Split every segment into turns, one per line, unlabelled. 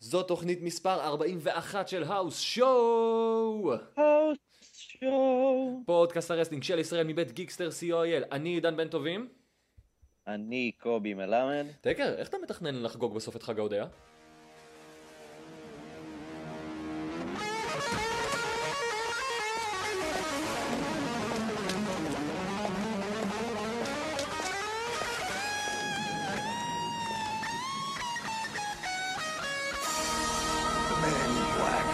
זו תוכנית מספר 41 של האוס שואו!
שואו.
פודקאסט הרסלינג של ישראל מבית גיקסטר co.il. אני עידן בן טובים.
אני קובי מלמד.
טקר, איך אתה מתכנן לחגוג בסוף את חג ההודיה?
The man in black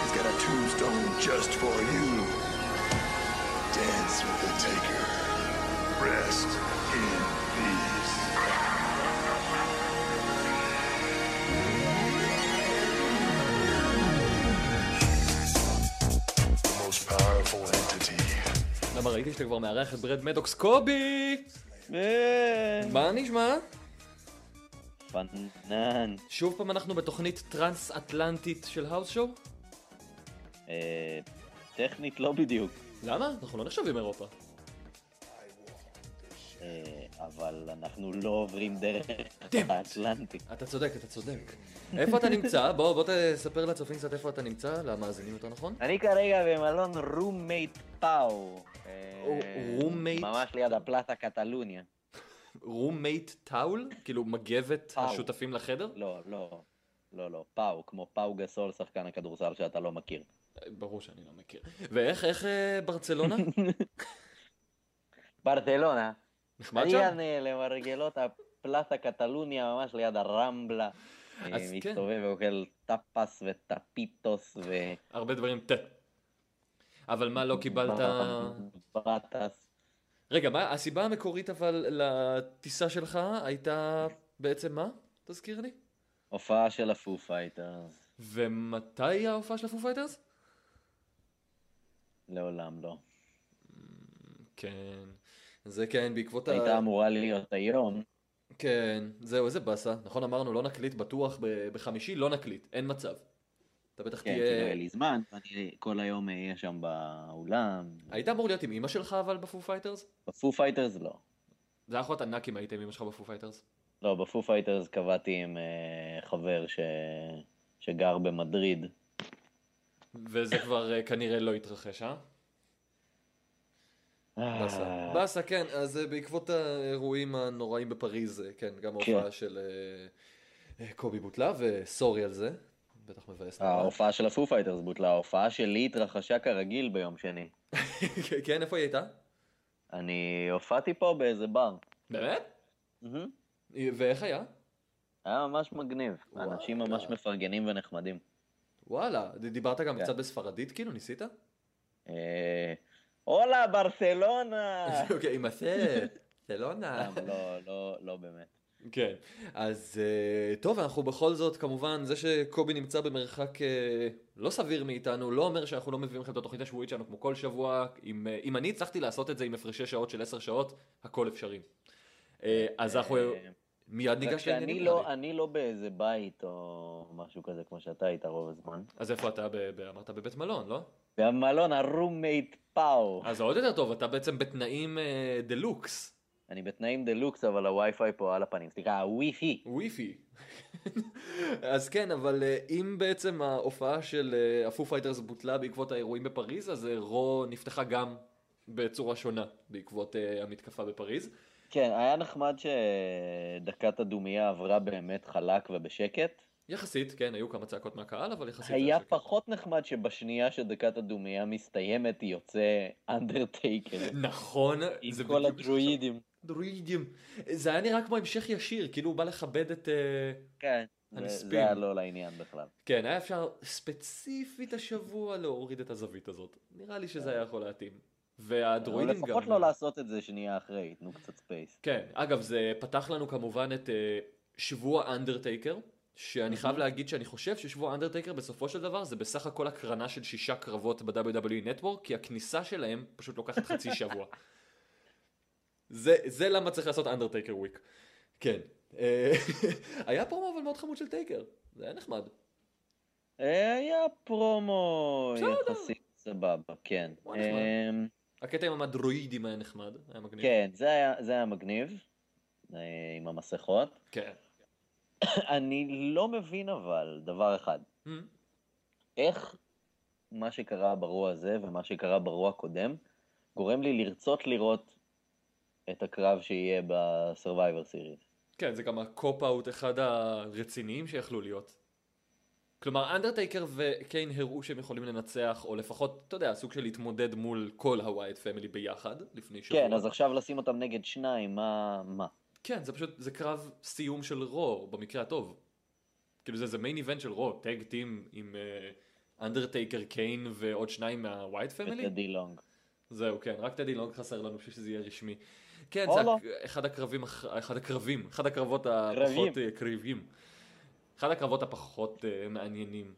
has got a tombstone just for you. Dance with the taker. Rest in peace. The most powerful entity.
למה ראיתי שאתה כבר מארח את ברד מדוקס קובי!
אה,
מה נשמע?
פנן.
שוב פעם אנחנו בתוכנית טרנס-אטלנטית של האוס שואו?
אה, טכנית לא בדיוק,
למה? אנחנו לא נחשבים אירופה.
אה, אבל אנחנו לא עוברים דרך
Damn.
האטלנטי.
אתה צודק, אתה צודק. איפה אתה נמצא? בוא, בוא תספר לצופים קצת איפה אתה נמצא, למאזינים יותר נכון.
אני כרגע במלון רומייט פאו. אה,
או- roommate?
ממש ליד הפלטה קטלוניה.
רומייט טאול? כאילו מגבת
טאול.
השותפים לחדר?
לא, לא. לא, לא, פאו, כמו פאו גסול, שחקן הכדורסל שאתה לא מכיר.
ברור שאני לא מכיר. ואיך, איך אה, ברצלונה?
ברצלונה,
נחמד שם?
עליין אה, למרגלות הפלאסה קטלוניה, ממש ליד הרמבלה. אה,
אז כן.
מסתובב ואוכל טאפס וטפיטוס ו...
הרבה דברים ת. אבל מה לא קיבלת...
ברטס.
רגע, מה הסיבה המקורית אבל לטיסה שלך הייתה בעצם מה? תזכיר לי.
הופעה של הפופה הייתה אז.
ומתי ההופעה של הפו פייטרס?
לעולם לא.
כן. זה כן, בעקבות
הייתה אמורה להיות היום,
כן, זהו, איזה באסה. נכון אמרנו, לא נקליט בטוח, ב- בחמישי לא נקליט, אין מצב. אתה בטח
כן, כי לא היה
תהיה...
לי זמן, אני כל היום אהיה שם באולם.
היית אמור להיות עם אמא שלך אבל בפו פייטרס?
בפו פייטרס לא.
זה היה יכול להיות ענק אם היית עם אמא שלך בפו פייטרס.
לא, בפו פייטרס קבעתי עם אה, חבר ש... שגר במדריד.
וזה כבר אה, כנראה לא יתרחש, אה? באסה.
אה,
באסה, כן, אז אה, בעקבות האירועים הנוראים בפריז, אה, כן, גם ההופעה של אה, אה, קובי בוטלה, וסורי על זה, בטח מבאס. נורא.
ההופעה של הפו פייטרס בוטלה, ההופעה שלי התרחשה כרגיל ביום שני.
כן, איפה היא הייתה?
אני הופעתי פה באיזה בר.
באמת?
מהמם.
ואיך היה?
היה ממש מגניב,
וואלה.
אנשים ממש מפרגנים ונחמדים.
וואלה, ד- דיברת גם
כן.
קצת בספרדית כאילו, ניסית?
אה, הולה ברצלונה!
אוקיי, עם הפה, סלונה.
סתם, לא, לא, לא באמת.
כן, אז אה, טוב, אנחנו בכל זאת, כמובן, זה שקובי נמצא במרחק אה, לא סביר מאיתנו, לא אומר שאנחנו לא מביאים לכם את התוכנית השבועית שלנו כמו כל שבוע. אם, אה, אם אני הצלחתי לעשות את זה עם הפרשי שעות של 10 שעות, הכל אפשרי. אה, אז אנחנו כן-
אה,
מיד
רק
ניגש
שאני
לעניינים.
לא,
נראה לי.
אני לא באיזה בית או משהו כזה כמו שאתה היית רוב הזמן.
אז איפה אתה? ב- ב- אמרת בבית מלון, לא?
והמלון הרומייט פאו.
אז זה עוד יותר טוב, אתה בעצם בתנאים אה, דה לוקס.
אני בתנאים דה לוקס, אבל הווי-פיי פה על הפנים. סליחה, הווי-פי.
וויפי. אז כן, אבל אה, אם בעצם ההופעה של אה, הפו פייטרס בוטלה בעקבות האירועים בפריז, אז אה, רו נפתחה גם בצורה שונה בעקבות אה, המתקפה בפריז.
כן, היה נחמד שדקת הדומייה עברה באמת חלק ובשקט.
יחסית, כן, היו כמה צעקות מהקהל, אבל יחסית... זה
היה
שקט.
פחות נחמד שבשנייה שדקת הדומייה מסתיימת יוצא אנדרטייקר.
נכון,
עם
זה
כל
בדיוק-
הדרואידים.
דרואידים. זה היה נראה כמו המשך ישיר, כאילו הוא בא לכבד את... אה,
כן,
אני
זה-
ספין.
זה היה לא לעניין בכלל.
כן, היה אפשר ספציפית השבוע להוריד את הזווית הזאת. נראה לי שזה היה יכול להתאים. והדרואידים גם...
כן. לפחות לא לעשות את זה שנייה אחרי, תנו קצת ספייס.
כן, אגב, זה פתח לנו כמובן את אה, שבוע אנדרטייקר, שאני חייב להגיד שאני חושב ששבוע אנדרטייקר בסופו של דבר זה בסך הכל הקרנה של שישה קרבות ב-WWE Network, כי הכניסה שלהם פשוט לוקחת חצי שבוע. זה, זה למה צריך לעשות אנדרטייקר וויק. כן. אה, היה פרומו אבל מאוד חמוד של טייקר, זה היה נחמד.
אה, היה פרומו
בסדר.
יחסית סבבה, כן.
הוא היה נחמד.
אמ,
הקטע עם הדרואידים היה נחמד, היה מגניב.
כן, זה היה- זה היה מגניב, אה, עם המסכות.
כן.
אני לא מבין אבל דבר אחד,
Hmm?
איך מה שקרה ברוע הזה ומה שקרה ברוע הקודם גורם לי לרצות לראות את הקרב שיהיה בסרווייבר סיריס.
כן, זה גם הקופ-אוט אחד הרציניים שיכלו להיות. כלומר, אנדרטייקר וקיין הראו שהם יכולים לנצח, או לפחות, אתה יודע, סוג של להתמודד מול כל הווייט פמילי ביחד, לפני שבוע.
כן, אז עכשיו לשים אותם נגד שניים, מה... מה?
כן, זה פשוט, זה קרב סיום של רו, במקרה הטוב. כאילו זה, זה מיין איבנט של רו, טאג טים עם אנדרטייקר, קיין ועוד שניים מהווייט פמילי.
וטדי לונג.
זהו, כן, רק טדי לונג חסר לנו בשביל שזה יהיה רשמי. כן,
או
זה
לא.
הק- אחד הקרבים, הח- אחד הקרבים, אחד הקרבות הפחות אה, קריבים. אחד הקרבות הפחות אה, מעניינים,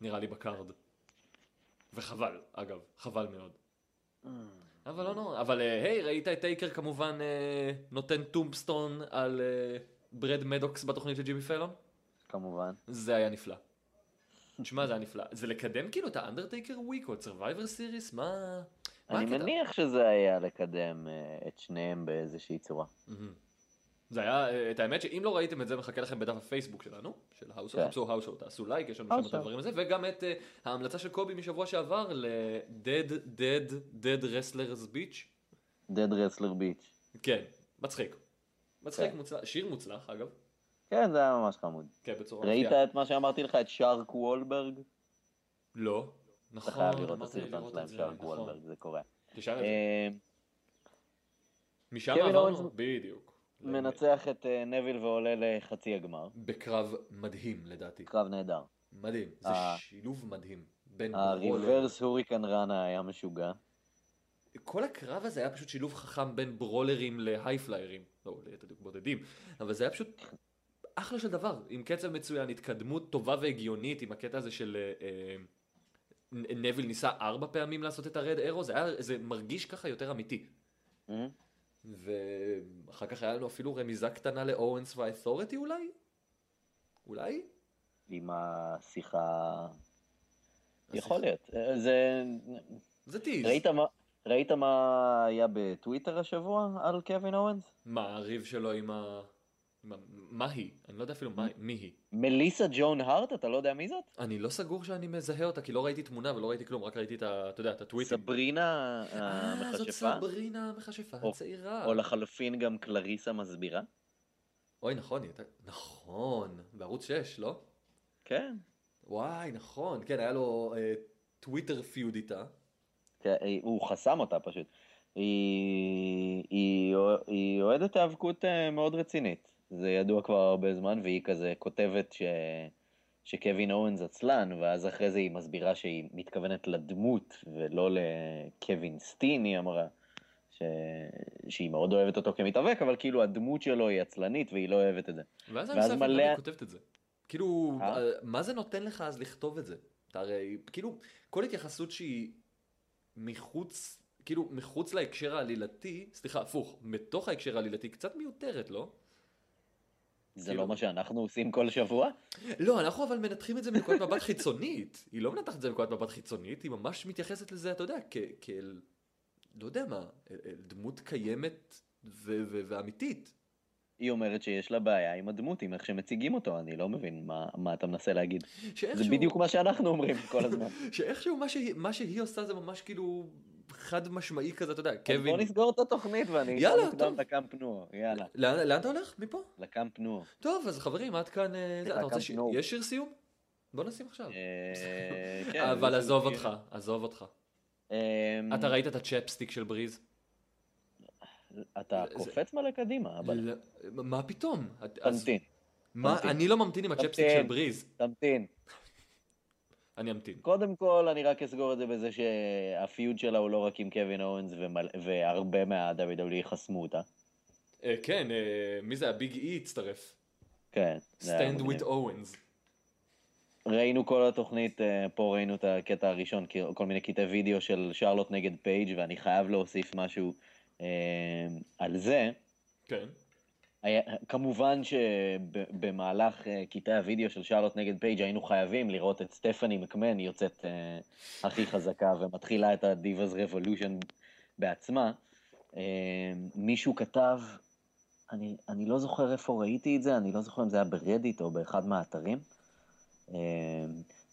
נראה לי, בקארד. וחבל, אגב, חבל מאוד. אבל לא נורא, אבל אה, היי, ראית את טייקר כמובן אה, נותן טומבסטון על אה, ברד מדוקס בתוכנית של ג'ימי פלון?
כמובן.
זה היה נפלא. תשמע, זה היה נפלא. זה לקדם כאילו את האנדרטייקר וויק או את סרווייבר סיריס? מה... מה
אני
הקטע?
מניח שזה היה לקדם אה, את שניהם באיזושהי צורה.
מהמם. זה היה, אה, את האמת שאם לא ראיתם את זה, מחכה לכם בדף הפייסבוק שלנו, של האוסו,
כן.
חפשו האוסו, תעשו לייק, יש לנו שם את
האוסו.
הדברים הזה, וגם את אה, ההמלצה של קובי משבוע שעבר ל-Dead, Dead, Dead Wrestlers Beach.
Dead Wrestler Beach.
כן, מצחיק. מצחיק,
כן.
מוצלח, שיר מוצלח אגב.
כן, זה היה ממש חמוד.
כן, בצורה
ראית
מפתיעה.
את מה שאמרתי לך, את שרק וולברג?
לא.
אתה
נכון,
חייב לראות את
אמרת לי
הסרטון
לראות
שלהם,
את זה,
שרק
נכון.
וולברג, זה קורה.
תשאל את זה.
אה,
משם
קווין
עברנו,
אורנס-
בדיוק.
מנצח את אה, נביל ועולה לחצי הגמר.
בקרב מדהים לדעתי.
קרב נהדר.
מדהים. זה
ה-
שילוב מדהים.
כן,
בין
אה,
ברולר
הריברס הוריקן ראנה היה משוגע.
כל הקרב הזה היה פשוט שילוב חכם בין ברולרים להייפליירים, לא, ליתר דיוק בודדים, אבל זה היה פשוט אחלה של דבר, עם קצב מצוין, התקדמות טובה והגיונית, עם הקטע הזה של אה, אה, נ- נביל ניסה ארבע פעמים לעשות את הרד אירו, זה, היה- זה מרגיש ככה יותר אמיתי.
אה?
ואחר כך היה לנו אפילו רמיזה קטנה לאורנס והאתורטי אולי? אולי?
עם השיחה...
השיחה.
יכול להיות. אה, זה...
זה טיז.
ראית מה... ראית מה היה בטוויטר השבוע על קווין אורנס?
מה הריב שלו עם ה... עם ה... מה היא? אני לא יודע אפילו מה... מי היא.
מליסה ג'ון הארט, אתה לא יודע מי זאת?
אני לא סגור שאני מזהה אותה, כי לא ראיתי תמונה ולא ראיתי כלום, רק ראיתי את ה... אתה יודע, את הטוויטר.
סברינה
אה, זאת
המכשפה,
סברינה המכשפה
או-
הצעירה.
או לא. לחלופין גם קלריסה מסבירה.
אוי, נכון, היא הייתה... נכון, בערוץ 6, לא?
כן.
וואי, נכון, כן, היה לו אה, טוויטר פיוד איתה.
כן, אה, הוא חסם אותה פשוט. היא, היא, היא אוהדת האבקות אה, מאוד רצינית. זה ידוע כבר הרבה זמן, והיא כזה כותבת ש, שקווין אורנס עצלן, ואז אחרי זה היא מסבירה שהיא מתכוונת לדמות, ולא לקווין סטין, היא אמרה, ש, שהיא מאוד אוהבת אותו כמתאבק, אבל כאילו הדמות שלו היא עצלנית, והיא לא אוהבת את זה.
ואז אני
ואז
מסתכלת
מלא-
מלא... כותבת את זה. כאילו,
אה?
אה, מה זה נותן לך אז לכתוב את זה? אתה הרי, כאילו, כל התייחסות שהיא מחוץ, כאילו, מחוץ להקשר העלילתי, סליחה, הפוך, מתוך ההקשר העלילתי, קצת מיותרת, לא?
זה
כאילו-
לא מה שאנחנו עושים כל שבוע?
לא, אנחנו אבל מנתחים את זה מנקודת מבט חיצונית. היא לא מנתחת את זה מנקודת מבט חיצונית, היא ממש מתייחסת לזה, אתה יודע, כ- כאל, לא יודע מה, אל, אל דמות קיימת ו- ו- ואמיתית.
היא אומרת שיש לה בעיה עם הדמות, עם איך שמציגים אותו, אני לא מבין מה, מה אתה מנסה להגיד.
שאיכשהו,
זה בדיוק מה שאנחנו אומרים כל הזמן.
שאיכשהו מה שהיא, מה שהיא עושה זה ממש כאילו חד משמעי כזה, אתה יודע,
אז בוא
קווין.
נסגור את התוכנית ואני
יאללה,
אשאל
טוב.
מוקדם לקאמפ נו, יאללה,
לאן, לאן אתה הולך? מפה?
לקאמפ נו.
טוב, אז חברים, עד כאן... אה, זה,
סליחה,
אתה רוצה
גם
ש...
נו.
יש שיר סיום? בוא נשים עכשיו.
אה, כן,
אבל
זה
עזוב
שיר.
אותך, עזוב אותך.
אמ,
אתה ראית את הצ'פסטיק של בריז?
אתה
זה-
קופץ מלא קדימה, אבל
לא, מה פתאום? את- אז-
תמתין,
מה,
תמתין.
אני לא ממתין עם הצ'פסטיק של
תמתין.
בריז,
תמתין.
אני אמתין.
קודם כל, אני רק אסגור את זה בזה שהפיוד שלה הוא לא רק עם קווין אורנס ומל- והרבה מה-WWE חסמו אותה.
אה, כן, אה, מי זה הביג אי הצטרף?
כן. זה היה
סטנד
מגניב.
וויט אורנס.
ראינו כל התוכנית, אה, פה ראינו את הקטע הראשון, כאילו, כל מיני קטעי וידאו של שרלוט נגד פייג' ואני חייב להוסיף משהו אה, על זה.
כן.
היה, כמובן שבמהלך אה, קטעי הוידאו של שרלוט נגד פייג' היינו חייבים לראות את סטפני מקמן יוצאת אה, הכי חזקה ומתחילה את הדיבאז רבולושן בעצמה. אה, מישהו כתב, אני, אני לא זוכר איפה ראיתי את זה, אני לא זוכר אם זה היה ברדיט או באחד מהאתרים. אה,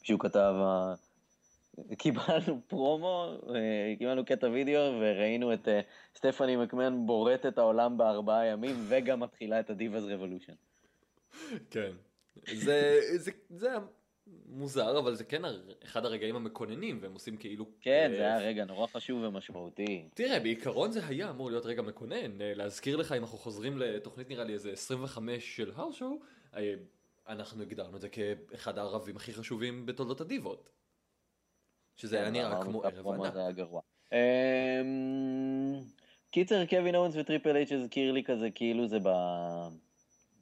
שהוא כתב, אה, קיבלנו פרומו, אה, קיבלנו קטע וידאו וראינו את אה, סטפני מקמן בורט את העולם בארבעה ימים וגם מתחילה את הדיבאז רבולושן.
כן. זה, זה, זה היה מוזר, אבל זה כן הר- אחד הרגעים המקוננים, והם עושים כאילו...
כן,
אה,
זה היה רגע נורא חשוב ומשמעותי.
תראה, בעיקרון זה היה אמור להיות רגע מקונן. אה, להזכיר לך, אם אנחנו חוזרים לתוכנית נראה לי איזה 25 של האושו, אנחנו הגדרנו את זה כאחד הערבים הכי חשובים בתולדות הדיבות. שזה היה נראה
כן, אמרנו
כמו
את
ערב
הפרומו
ענק.
הזה היה גרוע. אמ, קיצר, קווין אורנס וטריפל אייץ' הזכיר לי כזה, כאילו זה ב...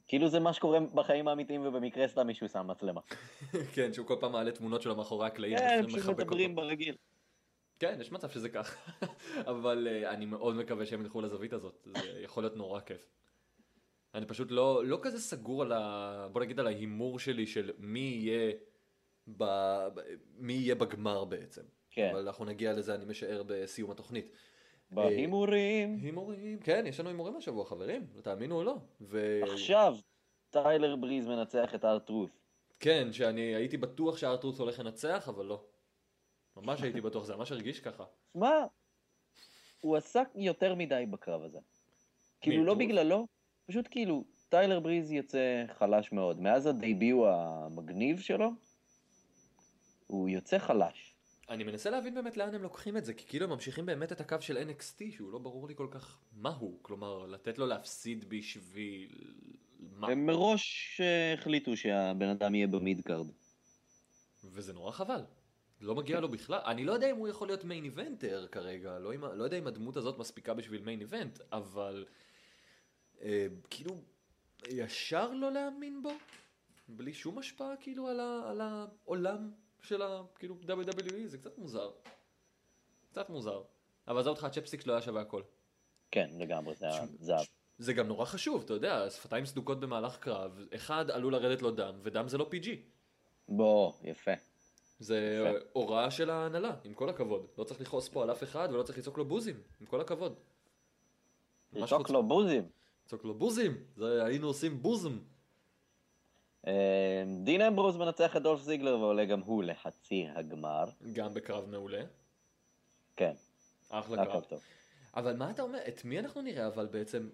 כאילו זה מה שקורה בחיים האמיתיים ובמקרה סתם מישהו שם מצלמה.
כן, שהוא כל פעם מעלה תמונות שלו מאחורי הקלעים.
כן,
ואחרים
פשוט
מחבק אותו.
מדברים ברגיל.
כן, יש מצב שזה ככה. אבל אה, אני מאוד מקווה שהם ילכו לזווית הזאת, זה יכול להיות נורא כיף. אני פשוט לא, לא כזה סגור על ה... בוא נגיד על ההימור שלי של מי יהיה, ב... ב- מי יהיה בגמר בעצם.
כן.
אבל אנחנו נגיע לזה, אני משער, בסיום התוכנית.
בהימורים.
הימורים, כן, יש לנו הימורים השבוע, חברים, תאמינו או לא. ו...
עכשיו, טיילר בריז מנצח את ארטרוס.
כן, שאני הייתי בטוח שהארטרוס הולך לנצח, אבל לא. ממש הייתי בטוח, זה ממש הרגיש ככה.
שמע, הוא עסק יותר מדי בקרב הזה. כאילו, לא
טרוס?
בגללו, פשוט כאילו, טיילר בריז יוצא חלש מאוד. מאז הדייביו המגניב שלו, הוא יוצא חלש.
אני מנסה להבין באמת לאן הם לוקחים את זה, כי כאילו הם ממשיכים באמת את הקו של NXT, שהוא לא ברור לי כל כך מהו, כלומר, לתת לו להפסיד בשביל... מה?
הם מראש אה, החליטו שהבן אדם יהיה במידקארד.
וזה נורא חבל. לא מגיע לו בכלל. אני לא יודע אם הוא יכול להיות מיין איבנטר כרגע, לא, עם... ה- לא יודע אם הדמות הזאת מספיקה בשביל מיין איבנט, אבל... אה, כאילו, ישר לא להאמין בו? בלי שום השפעה כאילו על, ה... על העולם של ה... כאילו WWE, זה קצת מוזר. קצת מוזר. אבל עזוב אותך, הצ'פסיקס לא היה שווה הכל.
כן, לגמרי, זה היה זהב.
זה גם נורא חשוב, אתה יודע, שפתיים סדוקות במהלך קרב, אחד עלול לרדת לו דם, ודם זה לא PG.
בוא, יפה.
זה
יפה.
הוראה של ההנהלה, עם כל הכבוד. לא צריך לכעוס פה על אף אחד ולא צריך לצעוק לו בוזים, עם כל הכבוד. ממש
לצעוק
חוץ-
לו בוזים.
לצעוק לו בוזים, זה היינו עושים בוזם.
אה, דין אמברוז מנצח את דולף זיגלר ועולה גם הוא לחצי הגמר.
גם בקרב מעולה,
כן,
אחלה
הכל
קרב.
טוב.
אבל מה אתה אומר, את מי אנחנו נראה אבל בעצם,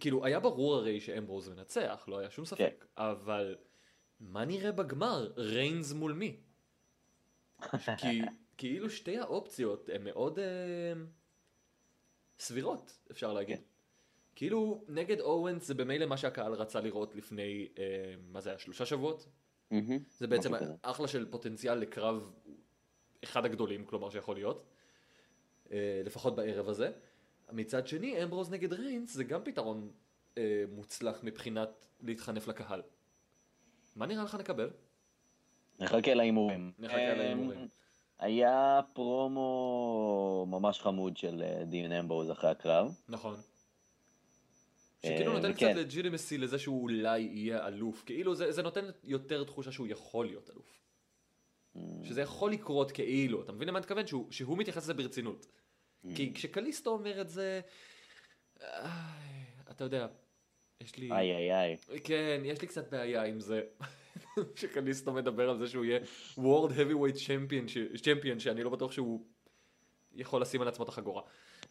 כאילו היה ברור הרי שאמברוז מנצח, לא היה שום ספק, אבל מה נראה בגמר, ריינס מול מי? כי כאילו שתי האופציות הן מאוד אה, סבירות, אפשר להגיד.
כן.
כאילו נגד אורנס זה במילא מה שהקהל רצה לראות לפני, אה, מה זה היה, שלושה שבועות?
מהמם.
זה בעצם
משהו כזה.
אחלה של פוטנציאל לקרב אחד הגדולים, כלומר שיכול להיות, אה, לפחות בערב הזה. מצד שני, אמברוז נגד ריינס זה גם פתרון אה, מוצלח מבחינת להתחנף לקהל. מה נראה לך נקבל?
נחכה להימורים.
נחכה להימורים.
אמ, היה פרומו ממש חמוד של אה, דין אמברוז אחרי הקרב.
נכון. שכאילו
אה,
נותן קצת
כן.
לג'ילימסי לזה שהוא אולי יהיה אלוף. כאילו זה, זה נותן יותר תחושה שהוא יכול להיות אלוף. שזה יכול לקרות כאילו, אתה מבין למה אני מתכוון? שהוא, שהוא מתייחס לזה ברצינות.
Mm.
כי כשקליסטו אומר את זה, אה, אתה יודע, יש לי...
איי איי איי.
כן, יש לי קצת בעיה עם זה. שקליסטו מדבר על זה שהוא יהיה World Heavyweight Champion, ש- Champion שאני לא בטוח שהוא יכול לשים על עצמו את החגורה.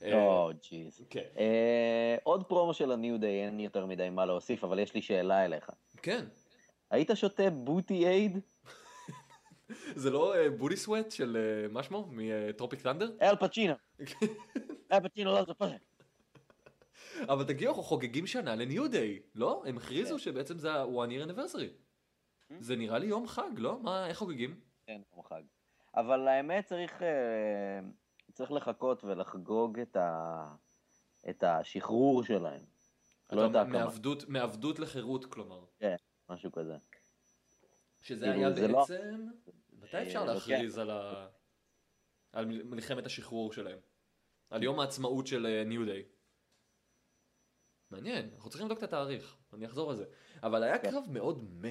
אה,
או, לא, ג'יז.
כן.
אה, עוד פרומו של הניו דיי, אין לי יותר מדי מה להוסיף, אבל יש לי שאלה אליך.
כן.
היית שותה בוטי אייד?
זה לא אה, בודי סוואט של אה, מה שמו? מטרופיק טנדר?
אל פצ'ינו. אל פצ'ינו לא זוכר.
אבל תגידו, אנחנו חוגגים שנה לניו דיי, לא? הם הכריזו שבעצם זה ה-one year anniversary. זה נראה לי יום חג, לא? מה, איך חוגגים?
כן, יום חג. אבל האמת צריך, אה, צריך לחכות ולחגוג את, ה, את השחרור שלהם, לא
אתה
יודע
אומר,
כמה.
מעבדות- מעבדות לחירות, כלומר.
משהו כזה.
שזה
כאילו,
היה
זה לא-
בעצם... מתי אפשר
אה,
להכריז על ה... על מל- מלחמת השחרור שלהם? על יום העצמאות של ניו דיי. מעניין, אנחנו צריכים לבדוק את התאריך, אני אחזור על זה. אבל היה
כן.
קרב מאוד מה.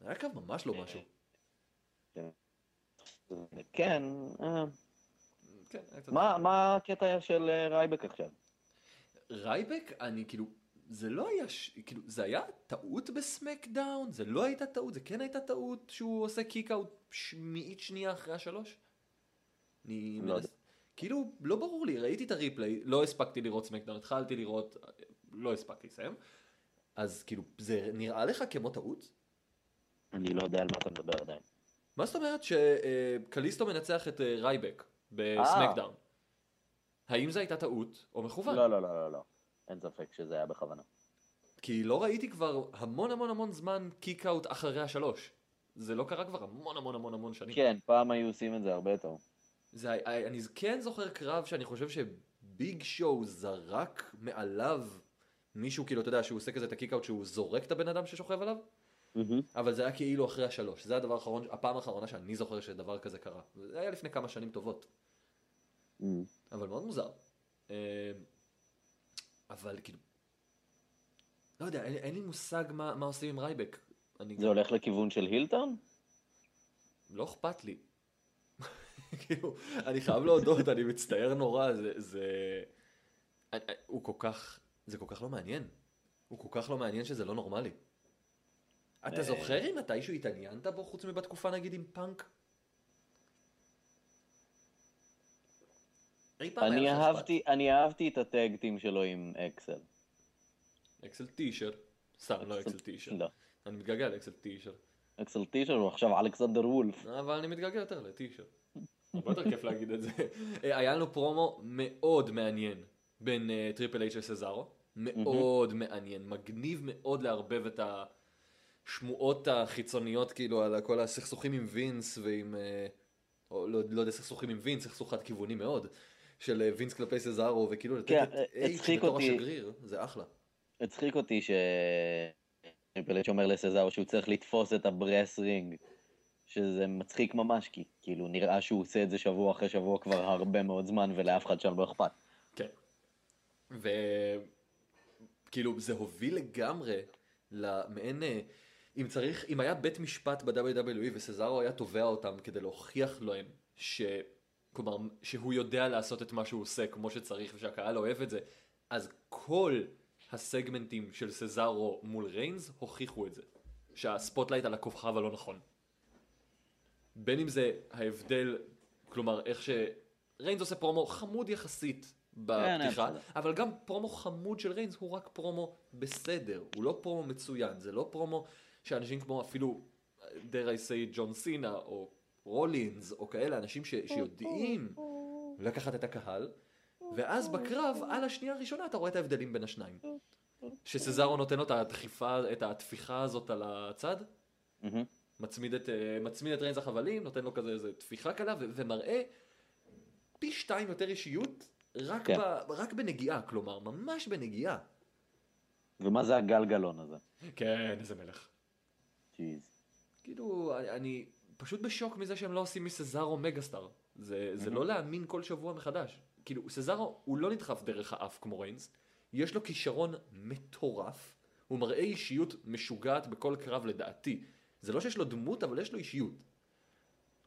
היה קרב ממש לא משהו.
כן, אה,
כן, היה קצת-
מה, מה הקטע של אה, רייבק עכשיו?
רייבק, אני כאילו, זה לא היה, ש- כאילו, זה היה טעות בסמקדאון? זה לא הייתה טעות? זה כן הייתה טעות שהוא עושה קיקאוט שמיעית שנייה אחרי השלוש? אני
לא
מנס...
יודע.
כאילו, לא ברור לי, ראיתי את הריפליי, לא הספקתי לראות סמקדאון, התחלתי לראות, לא הספקתי לסיים. אז כאילו, זה נראה לך כמו טעות?
אני לא יודע על מה אתה מדבר עדיין.
מה זאת אומרת שקליסטו מנצח את אה, רייבק בסמקדאון? האם זו הייתה טעות או מכוון?
לא, לא, לא, לא, לא. אין ספק שזה היה בכוונה.
כי לא ראיתי כבר המון המון המון זמן קיק-אוט אחרי השלוש. זה לא קרה כבר המון המון המון המון שנים.
כן, פעם היו עושים את זה הרבה יותר.
זה, היה- היה- אני כן זוכר קרב שאני חושב שביג שואו זרק מעליו מישהו, כאילו, אתה יודע, שהוא עושה כזה את הקיק-אוט שהוא זורק את הבן אדם ששוכב עליו, אבל זה היה כאילו אחרי השלוש. זה הדבר האחרון, הפעם האחרונה שאני זוכר שדבר כזה קרה. זה היה לפני כמה שנים טובות.
אמ,
אבל מאוד מוזר. אה, אבל כאילו, לא יודע, אין, אין לי מושג מה, מה עושים עם רייבק. אני
זה הולך לכיוון של הילטון?
לא אכפת לי. כאילו, אני חייב להודות, אני מצטער נורא, זה... זה... אני- אני- הוא כל כך... זה כל כך לא מעניין. הוא כל כך לא מעניין שזה לא נורמלי. אתה
אה.
זוכר אם מתישהו התעניינת בו חוץ מבתקופה נגיד עם פאנק? אי פעם
אני
היה לך אכפת?
אהבתי, אני אהבתי את הטאג טים שלו עם אקסל.
אקסל טישר. סתם, לא אקסל טישר.
לא.
אני מתגעגע לאקסל טישר.
אקסל טישר הוא עכשיו אלכסנדר וולף.
אבל אני מתגעגע יותר לטישר. הרבה יותר כיף להגיד את זה. אה, היה לנו פרומו מאוד מעניין בין אה, טריפל איי של סזארו. מאוד מעניין, מגניב מאוד לערבב את השמועות החיצוניות כאילו על כל הסכסוכים עם וינס ועם, אה, או לא, לא יודע, סכסוכים עם וינס, סכסוך חד כיווני מאוד, של אה, וינס כלפי סזארו וכאילו לתת
כן,
את אייץ'
הצחיק
בתור
אותי.
השגריר, זה אחלה.
הצחיק אותי ש... פלט אומר לסזארו שהוא צריך לתפוס את הברס רינג. שזה מצחיק ממש, כי כאילו נראה שהוא עושה את זה שבוע אחרי שבוע כבר הרבה מאוד זמן ולאף אחד שם לא אכפת.
כן. וכאילו זה הוביל לגמרי למעין, אה, אם צריך, אם היה בית משפט ב-WWE וסזארו היה תובע אותם כדי להוכיח להם ש... כלומר, שהוא יודע לעשות את מה שהוא עושה כמו שצריך ושהקהל אוהב את זה, אז כל הסגמנטים של סזארו מול ריינס הוכיחו את זה. שהספוטלייט על הכוכב הלא נכון. בין אם זה ההבדל, כלומר איך שריינס עושה פרומו חמוד יחסית בפתיחה,
בסדר.
אבל גם פרומו חמוד של ריינס הוא רק פרומו בסדר, הוא לא פרומו מצוין, זה לא פרומו שאנשים כמו אפילו, dare I say ג'ון סינה או רולינס או כאלה, אנשים ש, שיודעים לקחת את הקהל, ואז בקרב על השנייה הראשונה אתה רואה את ההבדלים בין השניים. שסזארו נותן לו את הדחיפה, את התפיחה הזאת על הצד,
מהמם.
מצמיד את, אה, מצמיד את ריינס החבלים, נותן לו כזה איזה תפיחה קלה, ו- ומראה פי שתיים יותר אישיות, רק,
כן.
ב, רק בנגיעה, כלומר, ממש בנגיעה.
ומה זה הגלגלון הזה?
כן, איזה מלך.
ג'יז.
כאילו, אני, אני פשוט בשוק מזה שהם לא עושים מסזארו מגה-סטאר. זה, זה לא להאמין כל שבוע מחדש. כאילו, סזארו הוא לא נדחף דרך האף כמו ריינס, יש לו כישרון מטורף, הוא מראה אישיות משוגעת בכל קרב לדעתי. זה לא שיש לו דמות, אבל יש לו אישיות.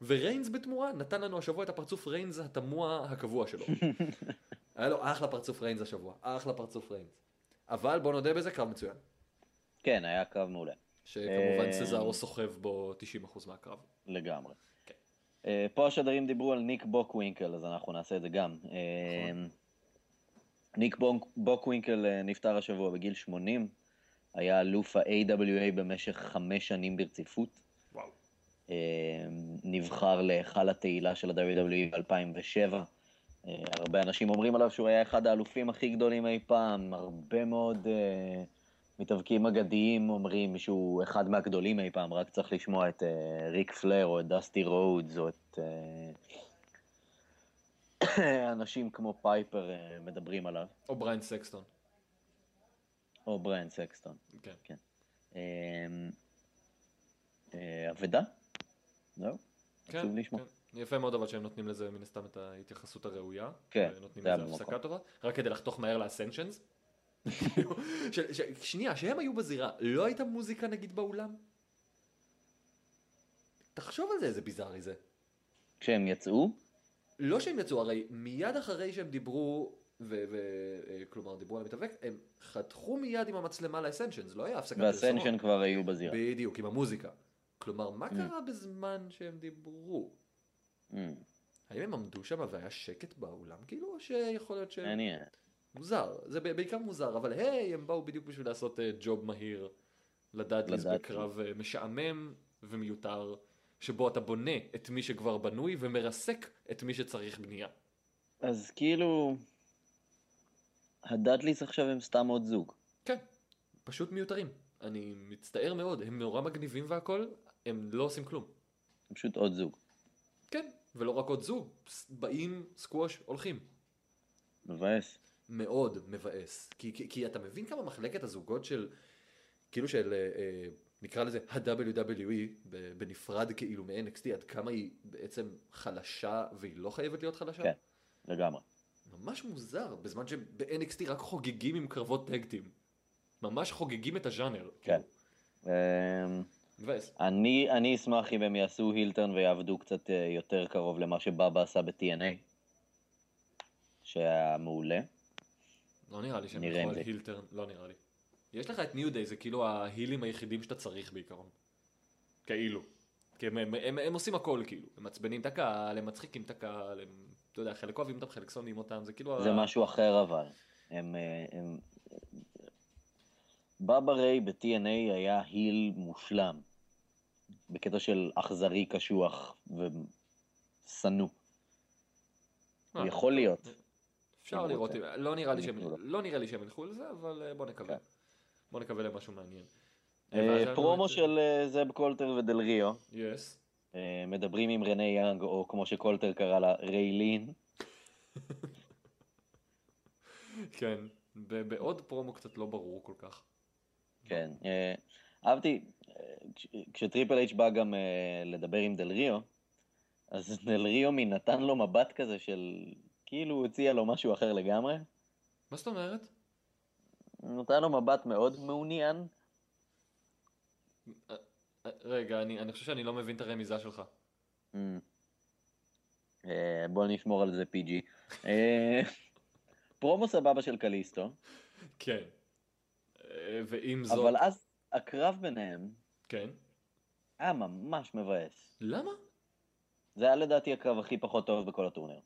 וריינס בתמורה נתן לנו השבוע את הפרצוף ריינס התמוה הקבוע שלו. היה לו אחלה פרצוף ריינס השבוע, אחלה פרצוף ריינס. אבל בוא נודה בזה, קרב מצוין.
כן, היה קרב מעולה.
שכמובן
אה,
סזארו סוחב בו 90% מהקרב.
לגמרי.
כן.
אה, פה השדרים דיברו על ניק בוקווינקל, אז אנחנו נעשה את זה גם.
נכון.
אה, ניק בוק- בוקווינקל אה, נפטר השבוע בגיל 80, היה אלוף ה-AWA במשך חמש שנים ברציפות.
וואו.
אה, נבחר להיכל התהילה של ה-WWE ב-2007. אה, הרבה אנשים אומרים עליו שהוא היה אחד האלופים הכי גדולים אי פעם, הרבה מאוד אה, מתאבקים אגדיים אומרים שהוא אחד מהגדולים אי פעם, רק צריך לשמוע את אה, ריק פלר או את דסטי רודס או את... אה, אנשים כמו פייפר אה, מדברים עליו,
או בריין סקסטון.
או בריאן סקסטון.
כן.
אה, אה, אבדה? לא? זהו?
כן,
חשוב לשמוע.
כן. יפה מאוד אבל שהם נותנים לזה מן הסתם את ההתייחסות הראויה. אה,
כן,
נותנים
זה היה
לזה הפסקה
במקום.
טובה. רק כדי לחתוך מהר לאסנשנס. ש- ש- שנייה, שהם היו בזירה, לא הייתה מוזיקה נגיד באולם? תחשוב על זה, איזה ביזארי זה.
כשהם יצאו?
לא שהם יצאו, הרי מיד אחרי שהם דיברו, וכלומר דיברו על המתאבק, הם חתכו מיד עם המצלמה לאסנשנס, לא היה הפסקת
והסנשן כבר היו בזירה.
בדיוק, עם המוזיקה. כלומר, מה
Mm.
קרה בזמן שהם דיברו?
Mm,
האם הם עמדו שם והיה שקט באולם כאילו, או שיכול להיות שהם...
מעניין.
מוזר, זה ב- בעיקר מוזר, אבל היי, הם באו בדיוק בשביל לעשות אה, ג'וב מהיר לדאדליס
לדאדליס.
בקרב אה, משעמם ומיותר, שבו אתה בונה את מי שכבר בנוי ומרסק את מי שצריך בנייה.
אז כאילו... הדאדליס עכשיו הם סתם עוד זוג.
כן, פשוט מיותרים. אני מצטער מאוד, הם נורא מגניבים והכל, הם לא עושים כלום.
הם פשוט עוד זוג.
כן, ולא רק עוד זוג, ס- באים, סקווש, הולכים.
מבאס.
מאוד מבאס. כי, כי, כי אתה מבין כמה מחלקת הזוגות של, כאילו של, אה, אה, נקרא לזה ה-WWE, ב- בנפרד כאילו מ-NXT, עד כמה היא בעצם חלשה והיא לא חייבת להיות חלשה?
כן. לגמרי.
ממש מוזר, בזמן שב-NXT רק חוגגים עם קרבות טקטים. ממש חוגגים את הז'אנר.
כן.
כאילו.
אמ,
מבאס.
אני, אני אשמח אם הם יעשו הילטרן ויעבדו קצת אה, יותר קרוב למה שבאבא עשה ב-TNA. שהיה מעולה.
לא נראה לי שהם
נראה
ילכו
את
על
זה.
הילטרן, לא נראה לי. יש לך את ניו דיי, זה כאילו ההילים היחידים שאתה צריך בעיקרון. כאילו. כי הם, הם, הם, הם עושים הכל כאילו, הם מעצבנים את הקהל, הם מצחיקים את הקהל, הם, אתה יודע, חלק אוהבים אותם, חלק שונאים אותם, זה כאילו...
זה
ה-
משהו אחר אבל. הם... אה, הם... בבא ריי ב-TNA היה היל מושלם. בקטע של אכזרי, קשוח ושנוא.
אה,
הוא יכול להיות.
אפשר
אם
לראות,
רוצה.
לא נראה, לי
אם
שהם,
יקנו לו.
לא נראה לי שהם ילכו לזה, אבל אה, בוא נקווה.
כאילו כן.
בוא נקווה למשהו מעניין.
אה,
ואז היה לנו
פרומו
את-
של אה, זאב קולטר ודל ריו.
יס.
אה, מדברים עם רנה יאנג, או כמו שקולטר קרא לה, ריילין.
כן. ב- בעוד פרומו קצת לא ברור כל כך.
כן. אה, אהבתי, אה, כש- כשטריפל אייץ' בא גם אה, לדבר עם דל ריו, אז דל ריו מין נתן לו מבט כזה של, כאילו הוא הציע לו משהו אחר לגמרי.
מה זאת אומרת?
הוא נתן לו מבט מאוד מעוניין.
אה, רגע, אני, אני חושב שאני לא מבין את הרמיזה שלך.
אמ, אה, בואו נשמור על זה PG. אה, פרומו סבבה של קליסטו,
כן. אה, ועם זאת,
אבל אז הקרב ביניהם
כן.
היה ממש מבאס.
למה?
זה היה לדעתי הקרב הכי פחות טוב בכל הטורניר.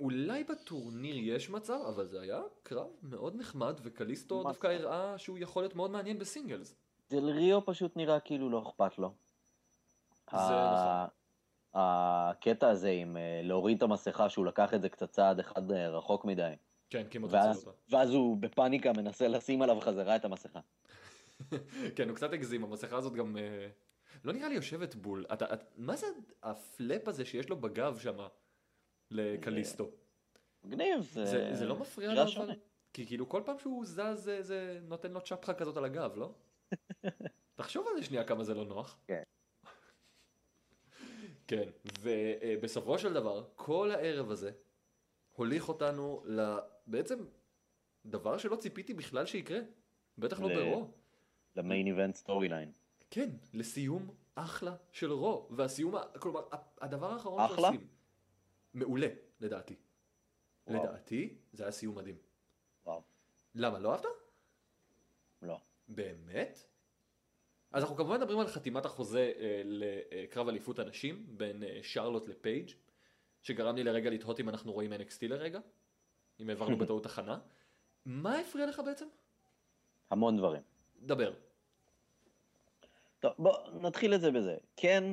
אולי בטורניר יש מצב, אבל זה היה קרב מאוד נחמד, וקליסטו
מה
דווקא
זה?
הראה שהוא יכול להיות מאוד מעניין בסינגלס.
דל ריו פשוט נראה כאילו לא אכפת לו.
זה
ה-
נכון.
הקטע הזה עם אה, להוריד את המסכה, שהוא לקח את זה קצת צעד אחד אה, רחוק מדי,
כן, כמעט הציל
ואז,
אותה.
ואז הוא בפאניקה מנסה לשים עליו חזרה את המסכה.
כן, הוא קצת הגזים, המסכה הזאת גם... אה, לא נראה לי יושבת בול. אתה, את, מה זה הפלאפ הזה שיש לו בגב שמה לקליסטו?
מגניב, אה, זה...
זה, זה לא מפריע
נראה
לו
שונה.
אבל? כי כאילו כל פעם שהוא זז זה, זה נותן לו צ'פחה כזאת על הגב, לא? תחשוב על זה שנייה כמה זה לא נוח.
כן.
כן, ובסופו של דבר, כל הערב הזה הוליך אותנו ל... בעצם דבר שלא ציפיתי בכלל שיקרה. בטח לא
ל-
ברו.
למיין איבנט סטורי ליין.
כן, לסיום אחלה של רו. והסיום, ה- כלומר, ה- הדבר האחרון
אחלה?
שעושים. מעולה, לדעתי.
וואו.
לדעתי, זה היה סיום מדהים.
וואו,
למה, לא אהבת?
לא.
באמת? אז אנחנו כמובן מדברים על חתימת החוזה אה, לקרב אליפות הנשים בין אה, שרלוט לפייג' שגרם לי לרגע לתהות אם אנחנו רואים NXT לרגע, אם העברנו בטעות תחנה. מה הפריע לך בעצם?
המון דברים.
דבר.
טוב, בוא נתחיל את זה בזה. כן,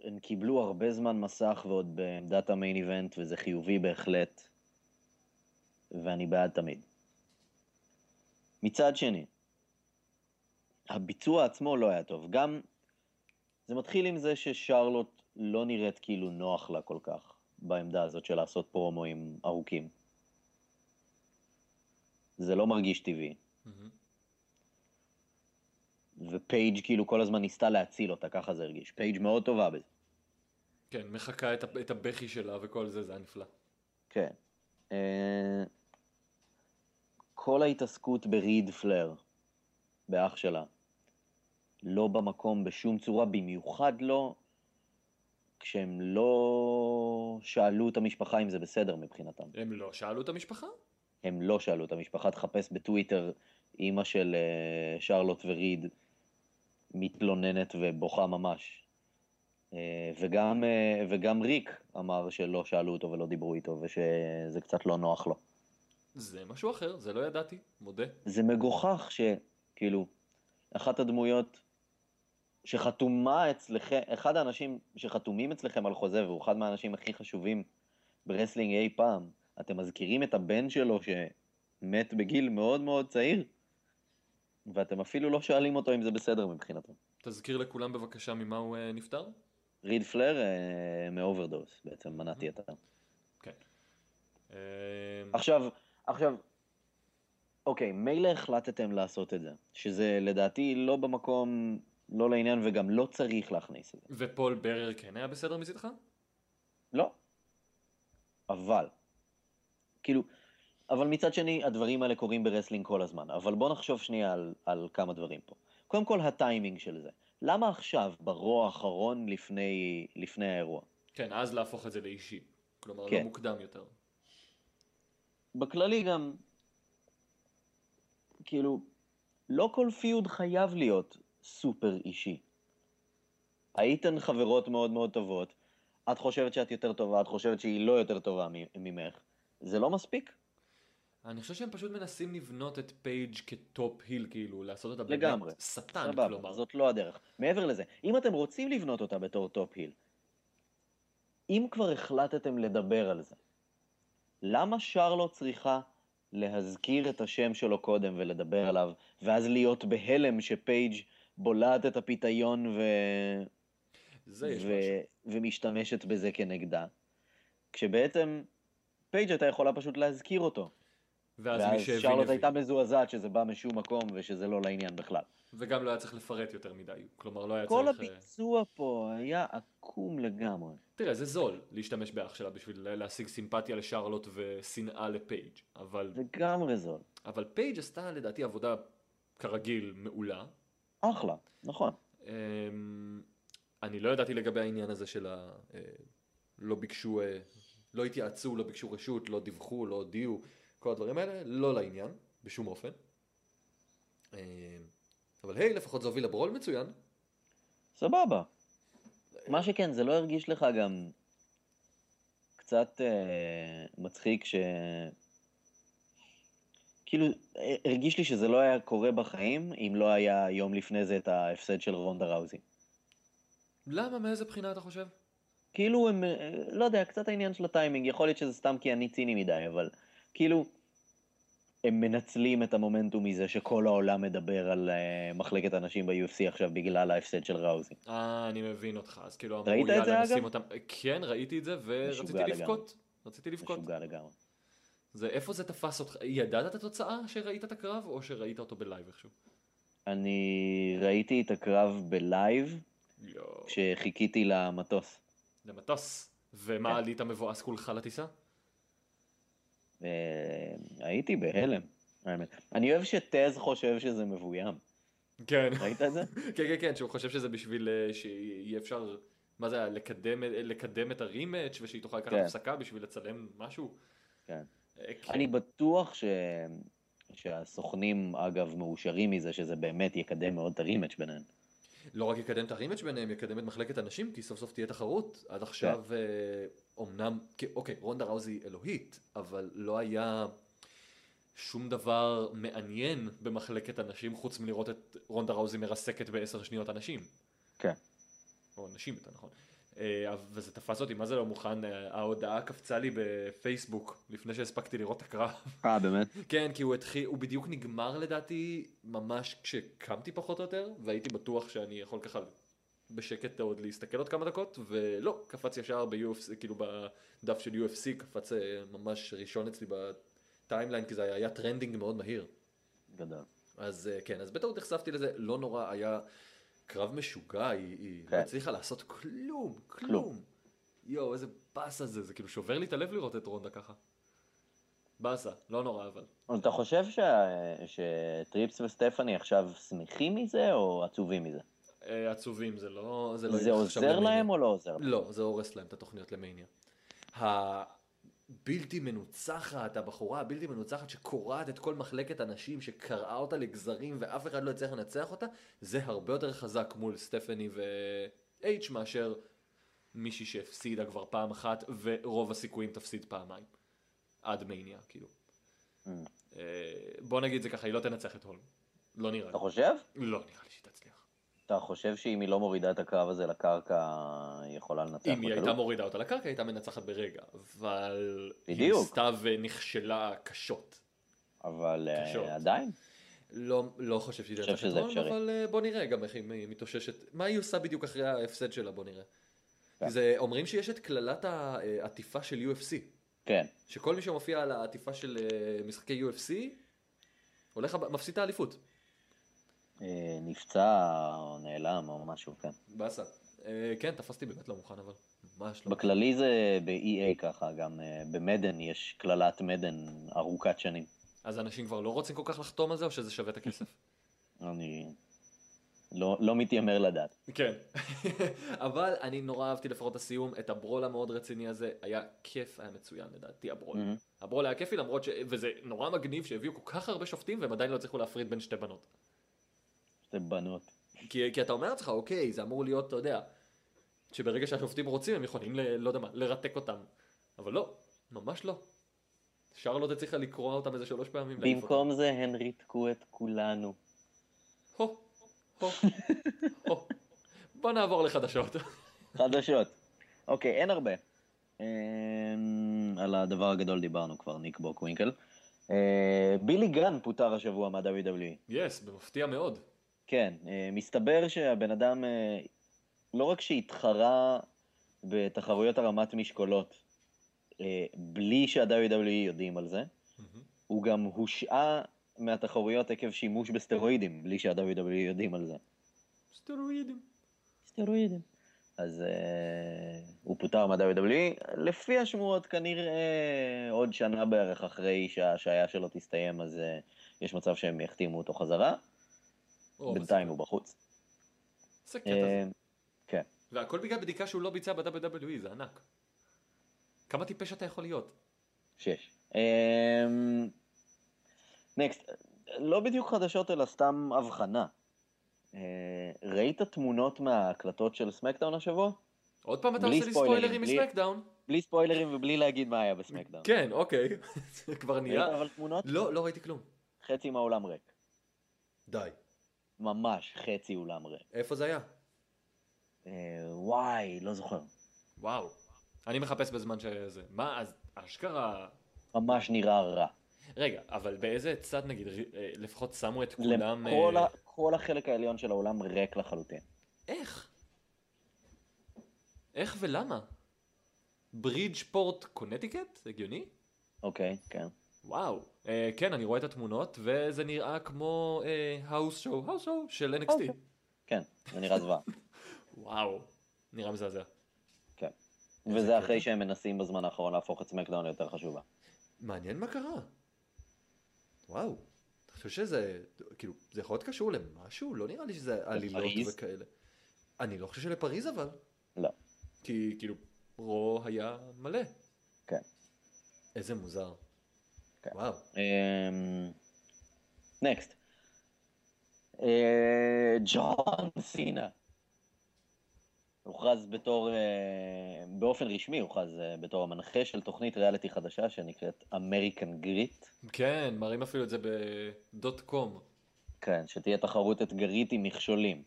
הם קיבלו הרבה זמן מסך ועוד בעמדת המיין איבנט, וזה חיובי בהחלט, ואני בעד תמיד. מצד שני, הביצוע עצמו לא היה טוב. גם, זה מתחיל עם זה ששרלוט לא נראית כאילו נוח לה כל כך, בעמדה הזאת של לעשות פרומואים ארוכים. זה לא מרגיש טבעי. ופייג' כאילו כל הזמן ניסתה להציל אותה, ככה זה הרגיש. פייג' מאוד טובה בזה.
כן, מחקה את ה- את הבכי שלה וכל זה, זה היה נפלא.
כן. אה, כל ההתעסקות בריד פלר, באח שלה, לא במקום בשום צורה, במיוחד לא כשהם לא שאלו את המשפחה אם זה בסדר מבחינתם.
הם לא שאלו את המשפחה?
הם לא שאלו את המשפחה, תחפש בטוויטר אימא של אה, שרלוט וריד מתלוננת ובוכה ממש. אה, וגם, אה, וגם ריק אמר שלא שאלו אותו ולא דיברו איתו ושזה קצת לא נוח לו.
זה משהו אחר, זה לא ידעתי, מודה.
זה מגוחך שכאילו, אחת הדמויות שחתומה אצלכם, אחד האנשים שחתומים אצלכם על חוזה והוא אחד מהאנשים הכי חשובים ברסלינג אי פעם, אתם מזכירים את הבן שלו שמת בגיל מאוד מאוד צעיר, ואתם אפילו לא שואלים אותו אם זה בסדר מבחינתו.
תזכיר לכולם בבקשה ממה הוא אה, נפטר?
ריד פלר אה, מאוברדוס בעצם, מנעתי את ה...
כן. אה,
עכשיו, עכשיו, אוקיי, מילא החלטתם לעשות את זה, שזה לדעתי לא במקום, לא לעניין וגם לא צריך להכניס את זה.
ופול ברר כן היה בסדר מצידך?
לא. אבל, כאילו, אבל מצד שני, הדברים האלה קורים ברסלינג כל הזמן, אבל בוא נחשוב שנייה על, על כמה דברים פה. קודם כל, הטיימינג של זה. למה עכשיו, ברוע האחרון לפני, לפני האירוע?
כן, אז להפוך את זה לאישי. כלומר, לא
כן.
מוקדם יותר.
בכללי גם, כאילו, לא כל פיוד חייב להיות סופר אישי. הייתן חברות מאוד מאוד טובות, את חושבת שאת יותר טובה, את חושבת שהיא לא יותר טובה מ- ממך. זה לא מספיק?
אני חושב שהם פשוט מנסים לבנות את פייג' כטופ היל, כאילו, לעשות אותה באמת
לגמרי.
שטן,
סבבה,
כלומר.
זאת לא הדרך. מעבר לזה, אם אתם רוצים לבנות אותה בתור טופ היל, אם כבר החלטתם לדבר על זה, למה שרלוט צריכה להזכיר את השם שלו קודם ולדבר עליו, ואז להיות בהלם שפייג' בולעת את הפיתיון ו...
זה יש
ו...
משהו.
ומשתמשת בזה כנגדה? כשבעצם פייג' הייתה יכולה פשוט להזכיר אותו.
ואז מי
ואז
שהבין
שרלוט
הבין.
הייתה מזועזעת שזה בא משום מקום ושזה לא לעניין בכלל.
וגם לא היה צריך לפרט יותר מדי. כלומר, לא היה
כל
צריך... אה,
הביצוע פה היה עקום לגמרי.
תראה, זה זול להשתמש באח שלה בשביל להשיג סימפתיה לשרלוט ושנאה לפייג', אבל,
לגמרי זול.
אבל פייג' עשתה לדעתי עבודה כרגיל מעולה.
אחלה, נכון.
אמ, אני לא ידעתי לגבי העניין הזה של ה... אה, לא ביקשו, אה, לא התייעצו, לא ביקשו רשות, לא דיווחו, לא הודיעו, כל הדברים האלה, לא לעניין, בשום אופן. אמ, אבל היי, לפחות זה הוביל לברול מצוין.
סבבה. מה שכן, זה לא הרגיש לך גם קצת אה, מצחיק ש... כאילו, אה, הרגיש לי שזה לא היה קורה בחיים אם לא היה יום לפני זה את ההפסד של רונדה ראוזי.
למה? מאיזה בחינה אתה חושב?
כאילו הם, אה, לא יודע, קצת העניין של הטיימינג, יכול להיות שזה סתם כי אני ציני מדי, אבל כאילו, הם מנצלים את המומנטום מזה שכל העולם מדבר על אה, מחלקת הנשים ב-UFC עכשיו בגלל ההפסד של ראוזי.
אה, אני מבין אותך, אז כאילו אמרו,
ראית את זה,
יאללה,
אגב?
נשים אותם... כן, ראיתי את זה, ורציתי
משוגע
לבכות. רציתי לבכות.
משוגע לגמרי.
זה, איפה זה תפס אותך? ידעת את התוצאה שראית את הקרב, או שראית אותו בלייב איכשהו?
אני ראיתי את הקרב בלייב
יואו.
כשחיכיתי למטוס.
למטוס. ומה,
כן.
עלית מבואס כולך לטיסה?
אה, הייתי בהלם, האמת. אני אוהב שטז חושב שזה מבוים.
כן.
ראית את זה?
כן, כן, כן, שהוא חושב שזה בשביל אה, שיהיה אפשר, מה זה היה, לקדם, אה, לקדם את הרימאץ' ושהיא תוכל לקחת
כן.
הפסקה בשביל לצלם משהו.
כן.
אה, כן.
אני בטוח ש... שהסוכנים, אגב, מאושרים מזה שזה באמת יקדם מאוד את הרימץ' ביניהם.
לא רק יקדם את הרימג' ביניהם, יקדם את מחלקת הנשים, כי סוף סוף תהיה תחרות. עד עכשיו, אה, אומנם, כן, אוקיי, רונדה ראוזי היא אלוהית, אבל לא היה שום דבר מעניין במחלקת הנשים, חוץ מלראות את רונדה ראוזי מרסקת בעשר שניות אנשים.
כן.
או נשים יותר נכון. אה, וזה תפס אותי, מה זה לא מוכן? אה, ההודעה קפצה לי בפייסבוק, לפני שהספקתי לראות את הקרב.
אה, באמת?
כן, כי הוא התחיל, הוא בדיוק נגמר לדעתי ממש כשקמתי פחות או יותר, והייתי בטוח שאני יכול ככה בשקט עוד להסתכל עוד כמה דקות, ולא, קפץ ישר ב-UFC, כאילו בדף של UFC, קפץ אה, ממש ראשון אצלי בטיימליין, כי זה היה, היה טרנדינג מאוד מהיר.
גדול.
אז אה, כן, אז בטעות נחשפתי לזה, לא נורא, היה קרב משוגע, היא, היא
כן.
לא הצליחה לעשות כלום, כלום.
כלום.
יואו, איזה באסה זה, זה כאילו שובר לי את הלב לראות את רונדה ככה. באסה, לא נורא אבל.
אז אתה חושב שה... שטריפס וסטפני עכשיו שמחים מזה או עצובים מזה?
אה, עצובים, זה לא... זה, לא
זה
ילך עכשיו
עוזר
למניה.
להם או לא עוזר להם?
לא, זה הורס להם את התוכניות למניה. הבלתי מנוצחת, הבחורה הבלתי מנוצחת שקורעת את כל מחלקת הנשים, שקרעה אותה לגזרים ואף אחד לא הצליח לנצח אותה, זה הרבה יותר חזק מול סטפני ואייץ' מאשר מישהי שהפסידה כבר פעם אחת ורוב הסיכויים תפסיד פעמיים. עד מניה, כאילו.
Mm.
אה, בוא נגיד זה ככה, היא לא תנצח את הולם. לא נראה לי.
אתה חושב?
לא נראה לי שהיא תצליח.
אתה חושב שאם היא לא מורידה את הקרב הזה לקרקע, היא יכולה לנצח?
אם היא
בקלות?
הייתה מורידה אותה לקרקע, היא הייתה מנצחת ברגע, אבל... היא
בדיוק.
ניסתה ונכשלה קשות.
אבל אה,
קשות.
עדיין.
לא, לא חושב שהיא
חושב
תנצח את
שזה
הון,
אפשרי.
אבל אה, בוא נראה גם איך היא מתאוששת. מה היא עושה בדיוק אחרי ההפסד שלה, בוא נראה.
כן.
זה אומרים שיש את קללת העטיפה של UFC,
כן.
שכל מי שמופיע על העטיפה של אה, משחקי UFC, הולך, הב- מפסיד את האליפות.
אה, נפצע או נעלם או משהו, כן.
באסה. אה, כן, תפסתי באמת לא מוכן, אבל ממש לא.
בכללי זה ב-EA ככה, גם אה, במדן יש קללת מדן ארוכת שנים.
אז אנשים כבר לא רוצים כל כך לחתום על זה, או שזה שווה את הכסף?
אני לא, לא מתיימר לדעת.
כן. אבל אני נורא אהבתי לפחות את הסיום, את הברול המאוד רציני הזה, היה כיף, היה מצוין לדעתי הברול.
מהמם.
הברול היה כיפי למרות ש... וזה נורא מגניב שהביאו כל כך הרבה שופטים והם עדיין לא הצליחו להפריד בין שתי בנות.
שתי בנות.
כי, כי אתה אומר לעצמך, אוקיי, זה אמור להיות, אתה יודע, שברגע שהשופטים רוצים הם יכולים, ל, לא יודע מה, לרתק אותם. אבל לא, ממש לא. שרלוט הצליחה לקרוע אותם איזה שלוש פעמים. להעיף אותם.
במקום זה הן ריתקו את כולנו.
הו, הו, הו. בוא נעבור לחדשות.
חדשות. אוקיי, אין הרבה. אמ, על הדבר הגדול דיברנו כבר, ניק בוקווינקל. אה, בילי גן פוטר השבוע מה-WWE.
יס, yes, במפתיע מאוד.
כן, אה, מסתבר שהבן אדם אה, לא רק שהתחרה בתחרויות הרמת משקולות, אה, בלי שה-WWE יודעים על זה, הוא גם הושעה מהתחרויות עקב שימוש בסטרואידים, בלי שה-WWE יודעים על זה.
סטרואידים.
סטרואידים. אז אה, הוא פוטר מה-WWE, לפי השמועות כנראה עוד שנה בערך אחרי שההשעיה שלו תסתיים, אז אה, יש מצב שהם יחתימו אותו חזרה,
או,
בינתיים
בסדר.
הוא בחוץ.
זה קטע זה.
אה, כן.
והכל בגלל בדיקה שהוא לא ביצע ב-WWE, זה ענק. כמה טיפש אתה יכול להיות?
שש. נקסט, לא בדיוק חדשות אלא סתם הבחנה. אה, ראית תמונות מההקלטות של סמקדאון השבוע?
עוד פעם אתה
בלי
עושה לי
ספוילרים,
ספוילרים
בלי-
מסמקדאון?
בלי ספוילרים ובלי להגיד מה היה בסמקדאון.
כן, אוקיי. זה כבר נהיה...
ראית אבל תמונות?
לא, לא ראיתי כלום.
חצי מהאולם ריק.
די.
ממש חצי אולם ריק.
איפה זה היה?
אה, וואי, לא זוכר.
וואו. אני מחפש בזמן שזה. מה, אז אשכרה...
ממש נראה רע.
רגע, אבל באיזה צד נגיד, ר- אה, לפחות שמו את כולם...
כל,
אה,
ה... כל החלק העליון של האולם ריק לחלוטין.
איך? איך ולמה? ברידג'פורט קונטיקט? הגיוני?
אוקיי, כן.
וואו. Uh, כן, אני רואה את התמונות, וזה נראה כמו אה, האוס שואו, האוס שואו של NXT.
אוקיי. כן, זה נראה זוועה.
וואו. נראה מזעזע.
כן.
איזה
וזה
קטע.
אחרי שהם מנסים בזמן האחרון להפוך את סמקדאון ליותר חשובה.
מעניין מה קרה. וואו. אתה חושב שזה, כאילו, זה יכול להיות קשור למשהו? לא נראה לי שזה עלילות
לפריז?
וכאלה. אני לא חושב שלפריז אבל.
לא.
כי כאילו, רו היה מלא.
כן.
איזה מוזר.
כן.
וואו.
אמ, נקסט. אה, ג'ון סינה. הוכרז בתור, אה, באופן רשמי הוכרז אה, בתור המנחה של תוכנית ריאליטי חדשה שנקראת אמריקן גריט.
כן, מראים אפילו את זה בדוט קום.
כן, שתהיה תחרות אתגרית עם מכשולים.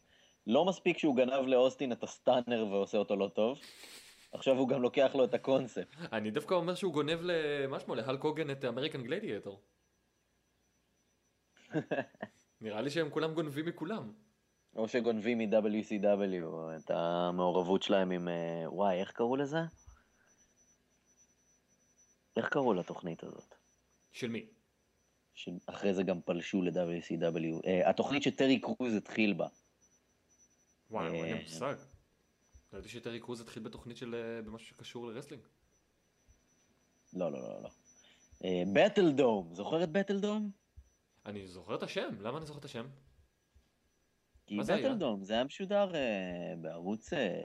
לא מספיק שהוא גנב לאוסטין את הסטאנר ועושה אותו לא טוב, עכשיו הוא גם לוקח לו את הקונספט.
אני דווקא אומר שהוא גונב למה שמו, להלק הוגן את אמריקן גלדיאטור. נראה לי שהם כולם גונבים מכולם.
או שגונבים מ-WCW את המעורבות שלהם עם... אה, וואי, איך קראו לזה? איך קראו לתוכנית הזאת?
של מי?
שאחרי זה גם פלשו ל-WCW. אה, התוכנית שטרי קרוז התחיל בה.
וואי, אין לי
אה.
מושג. לא ידעתי שטרי קרוז התחיל בתוכנית של... אה, במשהו שקשור לרסלינג.
לא, לא, לא, לא. בטל דום, זוכר את בטל דום?
אני זוכר את השם, למה אני זוכר את השם?
כי
מה זה היה?
בטלדום זה היה משודר אה, בערוץ אה,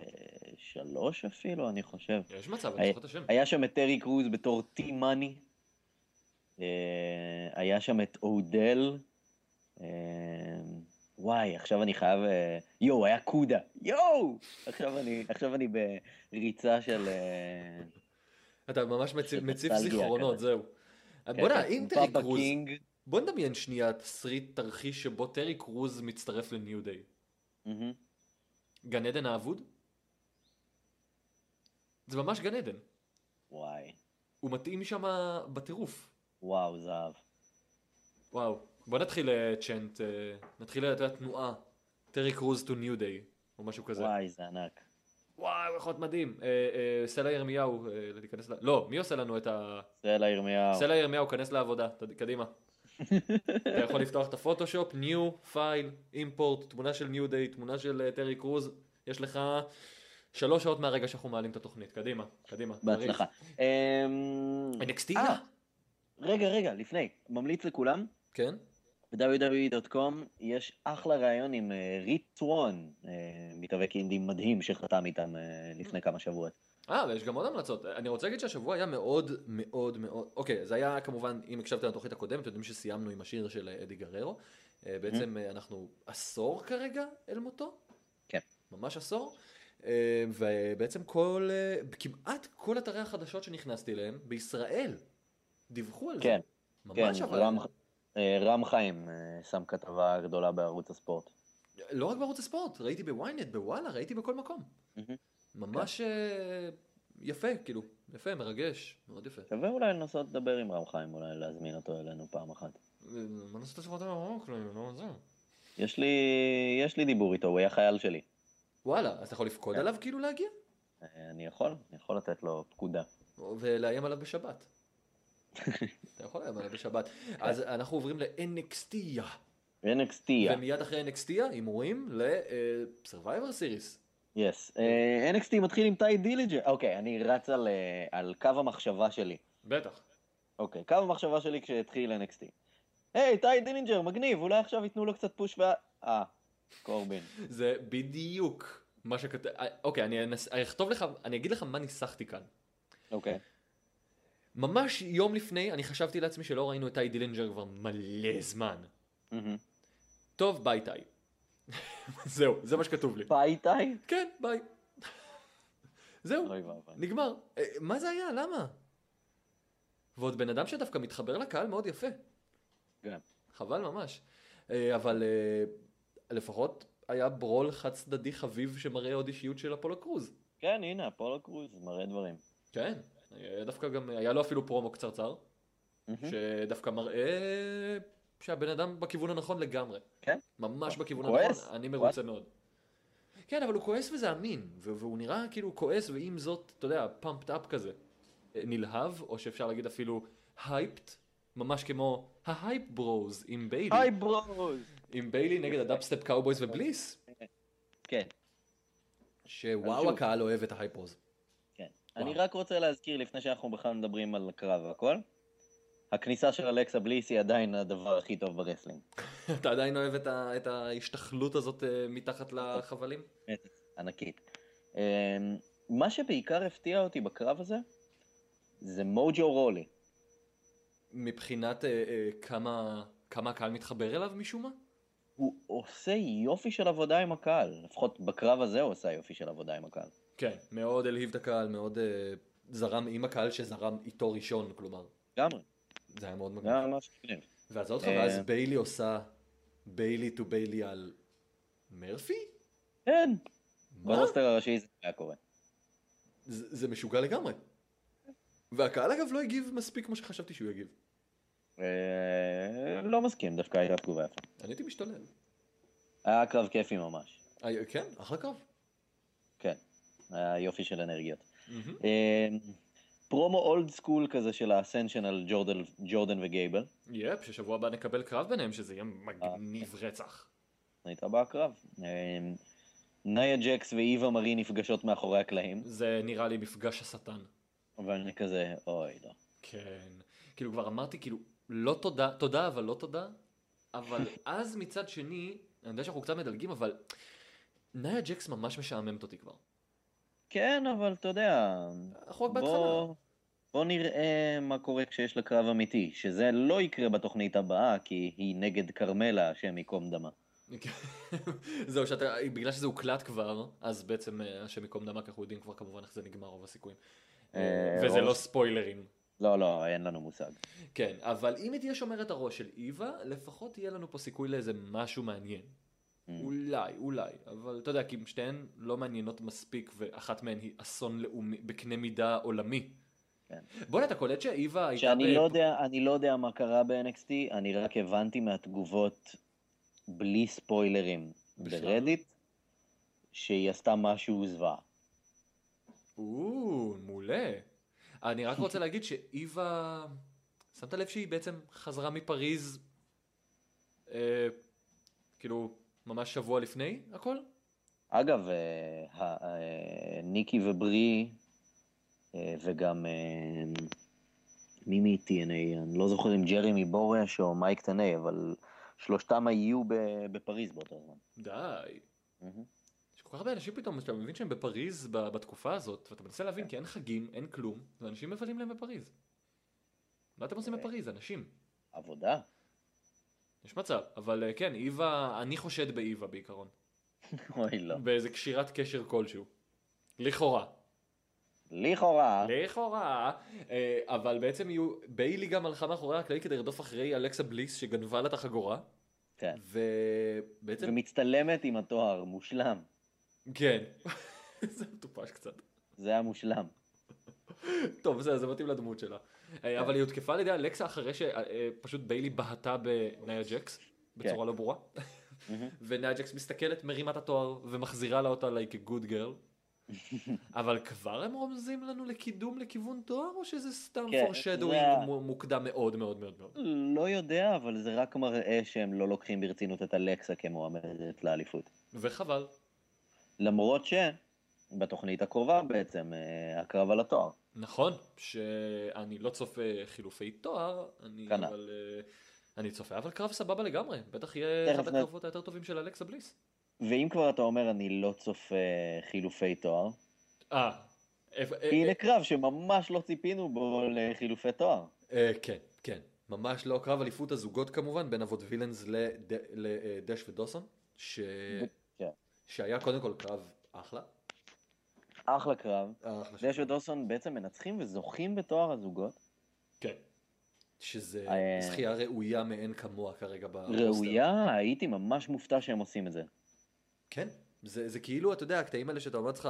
שלוש אפילו, אני חושב.
יש מצב,
אה,
אני זוכר את השם.
היה שם את טרי קרוז בתור טי-מאני. אה, היה שם את אודל. אה, וואי, עכשיו אני חייב... אה, יואו, היה קודה. יואו! עכשיו אני, עכשיו אני בריצה של... אה,
אתה ממש מצי-
של
מציב
נוסטלגיה אה.
זיכרונות,
כזה.
זהו.
כן,
בוא'נה, אם טרי
בבא
קרוז...
קינג.
בוא נדמיין שנייה תסריט תרחיש שבו טרי קרוז מצטרף לניו דיי.
מהמם.
גן עדן האבוד? זה ממש גן עדן.
וואי,
הוא מתאים שם בטירוף.
וואו, זהב.
וואו. בוא נתחיל אה, צ'נט, אה, נתחיל את התנועה. טרי קרוז to new day, או משהו כזה.
וואי, זה ענק.
וואו, יכול להיות מדהים. אה, אה, סלע ירמיהו, אה, להיכנס ל... לא, מי עושה לנו את ה...
סלע ירמיהו.
סלע ירמיהו, כנס לעבודה, ת- קדימה. אתה יכול לפתוח את הפוטושופ, New, File, Import, תמונה של New Day, תמונה של אה, טרי קרוז, יש לך שלוש שעות מהרגע שאנחנו מעלים את התוכנית, קדימה, קדימה.
בהצלחה. אמ,
NXT?
אה. רגע, רגע, לפני. ממליץ לכולם,
כן?
ב-www.com יש אחלה ראיון עם אה, ריט טרון, אה, מתאבק אינדי מדהים שחתם איתם אה, לפני כמה שבועות.
אה, ויש גם עוד המלצות. אני רוצה להגיד שהשבוע היה מאוד מאוד מאוד... אוקיי, זה היה כמובן, אם הקשבתם לתוכנית הקודמת, יודעים שסיימנו עם השיר של אה, אדי גררו.
Mhm.
אה, בעצם אה, אנחנו עשור כרגע אל מותו.
כן.
ממש עשור. אה, ובעצם כל, אה, כמעט כל אתרי החדשות שנכנסתי אליהם בישראל דיווחו על
כן,
זה.
כן,
ממש אבל.
רם- אה, רם חיים אה, שם כתבה גדולה בערוץ הספורט.
לא רק בערוץ הספורט, ראיתי בוויינט, בוואלה, ראיתי בכל מקום.
מהמם.
ממש
כן.
אה, יפה, כאילו, יפה, מרגש, מאוד יפה.
שווה אולי לנסות לדבר עם רם חיים, אולי להזמין אותו אלינו פעם אחת.
מה לעשות את השבועות המרוק? לא, זהו.
יש לי, יש לי דיבור איתו, הוא היה חייל שלי.
וואלה, אז אתה יכול לפקוד עליו כאילו להגיע?
אה, אני יכול, אני יכול לתת לו פקודה.
ולאיים עליו בשבת. אתה יכול לאיים עליו בשבת. אז אנחנו עוברים ל-NXTיה.
NXT,
ומיד אחרי NXTיה, הימורים ל-Survivor Series.
יס. NXT מתחיל עם טי דיליג'ה. אוקיי, אני רץ על, אה, על קו המחשבה שלי.
בטח.
אוקיי, קו המחשבה שלי כשהתחיל NXT. היי, טי דילינג'ר, מגניב, אולי עכשיו ייתנו לו קצת פוש ו... אה, קורבין.
זה בדיוק מה שכתב... אוקיי, אני אנס- אני אכתוב לך, אני אגיד לך מה ניסחתי כאן.
אוקיי.
ממש יום לפני, אני חשבתי לעצמי שלא ראינו את טי דילינג'ר כבר מלא זמן.
מהמם.
טוב, ביי טי. זהו, זה מה שכתוב לי.
ביי, טי?
כן, ביי. זהו,
אוי ואבוי.
נגמר. אה, מה זה היה? למה? ועוד בן אדם שדווקא מתחבר לקהל מאוד יפה.
כן.
חבל ממש. אה, אבל אה, לפחות היה ברול חד צדדי חביב שמראה עוד אישיות של אפולו קרוז.
כן, הנה, אפולו קרוז מראה דברים.
כן. היה דווקא גם, אה, היה לו אפילו פרומו קצרצר,
מהמם.
כן. שדווקא מראה שהבן אדם בכיוון הנכון לגמרי.
כן?
ממש בכיוון
הוא כועס?
הנכון, אני מרוצה מאוד. כן, אבל הוא כועס וזה אמין, ו- והוא נראה כאילו כועס, ועם זאת, אתה יודע, פאמפט אפ כזה. אה, נלהב, או שאפשר להגיד אפילו הייפט, ממש כמו ההייפ ברוז עם ביילי,
היי, ברוז!
עם ביילי נגד הדאפסטפ קאובויז ובליס,
כן,
שוואו
שוב.
הקהל אוהב את ההייפ ברוז.
כן.
וואו.
אני רק רוצה להזכיר, לפני שאנחנו בכלל מדברים על הקרב והכל, הכניסה של אלכסה בליס היא עדיין הדבר הכי טוב ברסלינג.
אתה עדיין אוהב את, ה- את ההשתחלות הזאת אה, מתחת לחבלים?
ענקית. אמ, מה שבעיקר הפתיע אותי בקרב הזה, זה מוג'ו רולי.
מבחינת אה, אה, כמה, כמה הקהל מתחבר אליו משום מה?
הוא עושה יופי של עבודה עם הקהל, לפחות בקרב הזה הוא עושה יופי של עבודה עם הקהל.
כן, מאוד הלהיב את הקהל, מאוד אה, זרם עם הקהל שזרם איתו ראשון, כלומר.
לגמרי,
זה היה מאוד
זה
מגניב.
היה ממש מגניב.
ועזוב אותך,
לא, אה.
ואז ביילי עושה ביילי טו ביילי על מרפי?
כן,
מה?
ברוסטר הראשי זה היה קורה.
זה זה משוגע לגמרי. והקהל אגב לא הגיב מספיק כמו שחשבתי שהוא יגיב.
אה, לא מסכים, דווקא הייתה תגובה יפה.
אני הייתי משתולל.
היה קרב כיפי ממש,
אה, כן, אחלה קרב.
כן. היה יופי של אנרגיות.
מהמם.
אה, פרומו אולד סקול כזה של האסנשן על ג'ורדן- ג'ורדן וגייבל.
יפ, ששבוע הבא נקבל קרב ביניהם, שזה יהיה מגניב רצח.
הייתה בקרב. אה, ניה ג'קס ואיווה מרי נפגשות מאחורי הקלעים,
זה נראה לי מפגש השטן.
ואני כזה, אוי לא.
כן. כאילו כבר אמרתי, כאילו, לא תודה, תודה אבל לא תודה, אבל אז מצד שני, אני יודע שאנחנו קצת מדלגים, אבל נאיה ג'קס ממש משעממת אותי כבר.
כן, אבל אתה יודע,
אנחנו רק בהתחלה.
בוא, בוא נראה מה קורה כשיש לה קרב אמיתי, שזה לא יקרה בתוכנית הבאה, כי היא נגד כרמלה, השם ייקום דמה.
זהו, שאתה, בגלל שזה הוקלט כבר, אז בעצם אה, השם ייקום דמה, כי אנחנו יודעים כבר כמובן איך זה נגמר רוב הסיכויים. אה,
אה,
וזה
רוב-
לא ספוילרים.
לא, לא, אין לנו מושג.
כן, אבל אם היא תהיה שומרת הראש של איווה, לפחות יהיה לנו פה סיכוי לאיזה משהו מעניין.
Mm.
אולי, אולי, אבל אתה יודע, כי אם שתיהן לא מעניינות מספיק, ואחת מהן היא אסון לאומי, בקנה מידה עולמי.
כן.
בוא'נה, אתה קולט שאיווה הייתה...
שאני
ב-
לא יודע, אני לא יודע מה קרה ב-NXT, אני רק הבנתי מהתגובות בלי ספוילרים
בכלל?
ברדיט, שהיא עשתה משהו זוועה.
או, מעולה. אני רק רוצה להגיד שאיווה... שמת לב שהיא בעצם חזרה מפריז, אה, כאילו, ממש שבוע לפני הכל?
אגב, אה, ה- אה, ניקי וברי, אה, וגם אה, מי מ-TNA, אני לא זוכר אם ג'רמי בורש או מייק טנאי, אבל שלושתם היו ב- בפריז באותו זמן.
די.
מהמם.
יש כל כך הרבה אנשים פתאום, שאתה מבין שהם בפריז ב- בתקופה הזאת, ואתה מנסה להבין כי אין חגים, אין כלום, ואנשים מבלים להם בפריז. מה אתם
אה.
עושים בפריז, אנשים?
עבודה?
יש מצב, אבל אה, כן, איווה, אני חושד באיווה בעיקרון.
אוי לא.
באיזה קשירת קשר כלשהו. לכאורה.
לכאורה,
לכאורה. אה, אבל בעצם יהיו, ביילי גם הלכה מאחורי הקלעי כדי לרדוף אחרי אלכסה בליס שגנבה לה את החגורה.
כן.
ובעצם,
ומצטלמת עם התואר, מושלם.
כן. זה מטופש קצת.
זה היה מושלם.
טוב, זה, זה מתאים לדמות שלה.
כן.
אה, אבל היא הותקפה על ידי אלכסה אחרי שפשוט ביילי בהתה בניה ג'קס,
כן.
בצורה לא ברורה.
מהמם.
וניה ג'קס מסתכלת, מרימה את התואר, ומחזירה לה אותה like a good girl. אבל כבר הם רומזים לנו לקידום לכיוון תואר, או שזה סתם
כן,
foreshadowing
זה-
מ- מוקדם מאוד מאוד מאוד מאוד?
לא יודע, אבל זה רק מראה שהם לא לוקחים ברצינות את אלקסה כמועמדת לאליפות.
וחבל.
למרות שבתוכנית הקרובה בעצם, אה, הקרב על התואר.
נכון, שאני לא צופה חילופי תואר, אני
כנ"ל.
אבל... אה, אני צופה, אבל קרב סבבה לגמרי. בטח יהיה
תכף
אחד
נ-
הקרבות היותר טובים של אלכסה בליס.
ואם כבר אתה אומר, אני לא צופה חילופי תואר,
אה. איפה- אה,
הנה קרב שממש לא ציפינו בו לחילופי תואר.
אה, כן, כן. ממש לא קרב אליפות הזוגות כמובן, בין אבות וילנס לד- לדש ודוסון, ש...
כן.
שהיה קודם כל קרב אחלה.
אחלה קרב.
אחלה של
דש
קרב.
ודוסון בעצם מנצחים וזוכים בתואר הזוגות.
כן. שזה
אה,
זכייה ראויה מאין כמוה כרגע ברוסטר.
ראויה, הייתי ממש מופתע שהם עושים את זה.
כן. זה, זה כאילו, אתה יודע, הקטעים האלה שאתה אומר לך,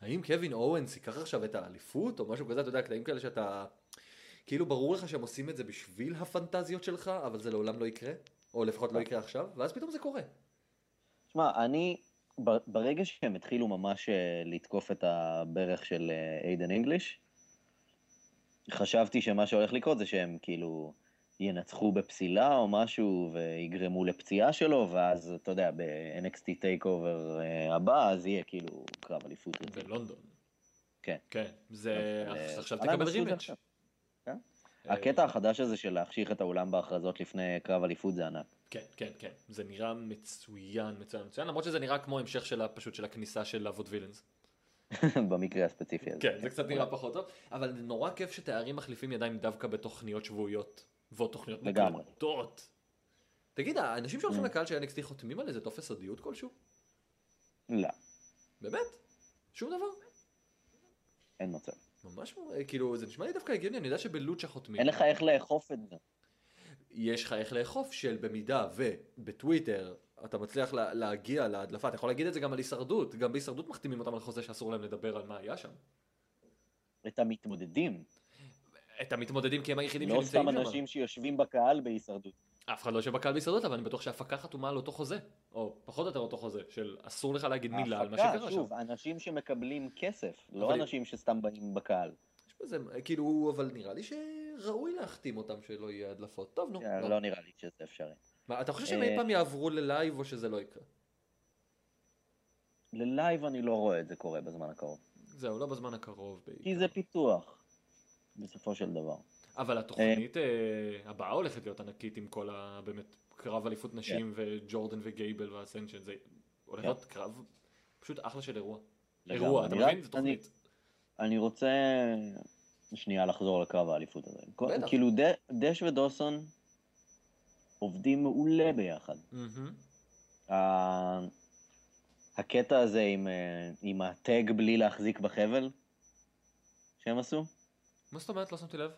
האם קווין אורנס ייקח עכשיו את האליפות, או משהו כזה, אתה יודע, קטעים כאלה שאתה... כאילו ברור לך שהם עושים את זה בשביל הפנטזיות שלך, אבל זה לעולם לא יקרה, או לפחות
אה.
לא יקרה עכשיו, ואז פתאום זה קורה.
שמע, אני, ב- ברגע שהם התחילו ממש אה, לתקוף את הברך של אה, איידן אינגליש, חשבתי שמה שהולך לקרות זה שהם כאילו ינצחו בפסילה או משהו ויגרמו לפציעה שלו, ואז, אתה יודע, ב-NXT טייק אובר אה, הבא, אז יהיה כאילו קרב אליפות. רציני.
בלונדון.
כן.
כן. זה...
אבל, אה,
עכשיו
אבל הם
תקבל
עשו את זה
רימג'.
עכשיו.
אה,
הקטע החדש הזה של להחשיך את האולם בהכרזות לפני קרב אליפות זה ענק.
כן, כן, כן. זה נראה מצוין, מצוין, מצוין, למרות שזה נראה כמו המשך של ה- פשוט של הכניסה של אבות וילנס.
במקרה הספציפי הזה.
כן, זה קצת נראה פחות טוב, אבל זה נורא כיף שתארים מחליפים ידיים דווקא בתוכניות שבועיות, ועוד תוכניות
לגמרי.
מוקלטות. תגיד, האנשים שהולכים
Mm.
לקהל של NXT חותמים על איזה טופס סודיות כלשהו?
לא,
באמת? שום דבר?
אין מצב.
ממש, אה, כאילו, זה נשמע לי דווקא הגיוני, אני יודע שבלוצ'ה חותמים.
אין לך איך לאכוף את זה.
יש לך איך לאכוף של במידה ובטוויטר אתה מצליח לה, להגיע להדלפה, אתה יכול להגיד את זה גם על הישרדות, גם בהישרדות מחתימים אותם על חוזה שאסור להם לדבר על מה היה שם.
את המתמודדים.
את המתמודדים כי הם היחידים
לא
שנמצאים
סתם
שם.
אנשים שיושבים בקהל בהישרדות.
אף אחד לא יושב בקהל בהישרדות, אבל אני בטוח שההפקה חתומה על אותו חוזה, או פחות או יותר אותו חוזה, של אסור לך להגיד מילה על מה שקרה
ההפקה,
שם.
שוב, אנשים שמקבלים כסף, לא
אבל-
אנשים שסתם באים בקהל.
יש בזה, כאילו, אבל נראה לי שראוי להחתים אותם שלא יהיה הדלפות. טוב, נו. לא.
לא נראה לי שזה אפשרי.
מה, אתה חושב
אה,
שהם אי פעם יעברו ללייב או שזה לא יקרה?
ללייב אני לא רואה את זה קורה בזמן הקרוב.
זהו, לא בזמן הקרוב. בעיקר.
כי זה פיתוח, בסופו של דבר.
אבל התוכנית אה, הבאה הולכת להיות ענקית עם כל ה... באמת קרב אליפות נשים וג'ורדן וגייבל והאסנשן, זה הולך
כן.
להיות קרב פשוט אחלה של אירוע.
לגמרי.
אירוע, אתה
אני רק-
מבין? זו
אני-
תוכנית.
אני רוצה שנייה לחזור לקרב האליפות הזה.
בטח.
כאילו, ד- דש ודוסון עובדים מעולה ביחד.
מהמם.
ה- הקטע הזה עם, אה, עם הטג בלי להחזיק בחבל שהם עשו,
מה זאת אומרת? לא שמתי לב.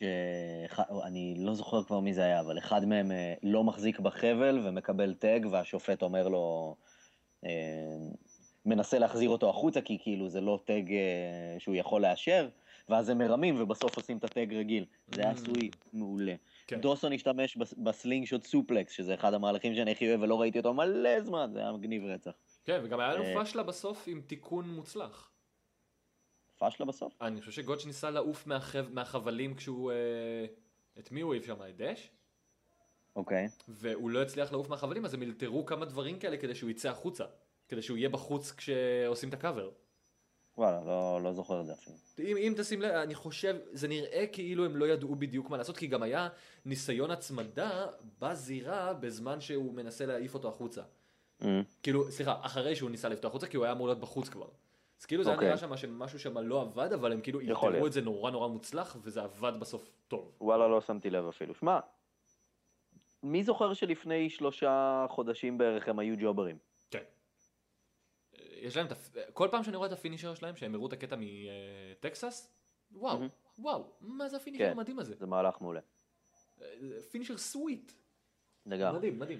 שאני לא זוכר כבר מי זה היה, אבל אחד מהם אה, לא מחזיק בחבל ומקבל טג, והשופט אומר לו, אה, מנסה להחזיר אותו החוצה, כי כאילו זה לא טג אה, שהוא יכול לאשר, ואז הם מרמים ובסוף עושים את הטג רגיל. זה היה
Mm.
עשוי מעולה.
כן.
דוסון השתמש בס- בסלינג שוט סופלקס, שזה אחד המהלכים שאני הכי אוהב ולא ראיתי אותו מלא זמן, זה היה מגניב רצח.
כן, וגם היה לנו
אה.
פשלה בסוף עם תיקון מוצלח.
פאשלה בסוף?
אני חושב שגוטש ניסה לעוף מהחב- מהחבלים כשהוא... אה, את מי הוא העיף שם? את דש?
אוקיי.
והוא לא הצליח לעוף מהחבלים, אז הם אלתרו כמה דברים כאלה כדי שהוא יצא החוצה. כדי שהוא יהיה בחוץ כשעושים את הקאבר.
וואלה, לא, לא זוכר את זה אפילו.
אם, אם תשים לב, אני חושב, זה נראה כאילו הם לא ידעו בדיוק מה לעשות, כי גם היה ניסיון הצמדה בזירה בזמן שהוא מנסה להעיף אותו החוצה.
Mm.
כאילו, סליחה, אחרי שהוא ניסה לפתוח החוצה, כי הוא היה אמור להיות בחוץ כבר. אז כאילו זה היה
אוקיי.
נראה שמה שמשהו שם לא עבד, אבל הם כאילו
יכול
איתרו
להיות.
את זה נורא נורא מוצלח, וזה עבד בסוף טוב.
וואלה, לא שמתי לב אפילו. שמע, מי זוכר שלפני שלושה חודשים בערך הם היו ג'וברים?
כן. אה, יש להם את הפ... אה, כל פעם שאני רואה את הפינישר שלהם, שהם הראו את הקטע מטקסס, וואו,
מהמם.
וואו, מה זה הפינישר
כן.
המדהים הזה?
זה מהלך מעולה.
אה, זה פינישר סוויט.
לגמרי.
מדהים, מדהים.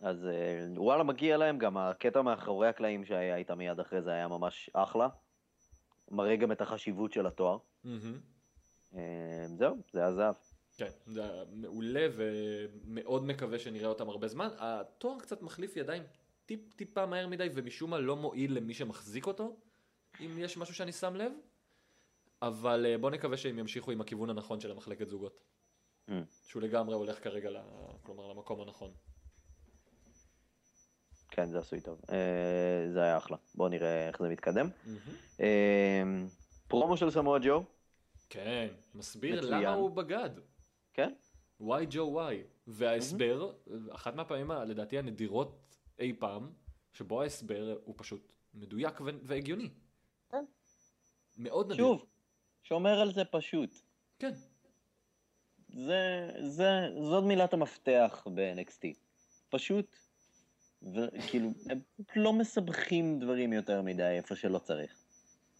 אז אה, וואלה, מגיע להם גם הקטע מאחורי הקלעים שהיה איתה מיד אחרי זה היה ממש אחלה. מראה גם את החשיבות של התואר.
מהמם.
אה, זהו, זה הזהב.
כן, זה היה מעולה ומאוד מקווה שנראה אותם הרבה זמן. התואר קצת מחליף ידיים טיפ טיפה מהר מדי ומשום מה לא מועיל למי שמחזיק אותו, אם יש משהו שאני שם לב. אבל אה, בוא נקווה שהם ימשיכו עם הכיוון הנכון של המחלקת זוגות.
Mm.
שהוא לגמרי הולך כרגע, ל... כלומר, למקום הנכון.
כן, זה עשוי טוב. אה, זה היה אחלה. בואו נראה איך זה מתקדם.
מהמם.
אה, פרומו של סמואל ג'ו,
כן, מסביר
מצוין.
למה הוא בגד.
כן?
וואי ג'ו וואי. וההסבר, אחת מהפעמים ה- לדעתי הנדירות אי פעם, שבו ההסבר הוא פשוט מדויק ו- והגיוני.
כן.
מאוד נדיר.
שוב, שומר על זה פשוט.
כן,
זה, זה, זאת מילת המפתח ב-NXT. פשוט, וכאילו, הם פשוט לא מסבכים דברים יותר מדי איפה שלא צריך.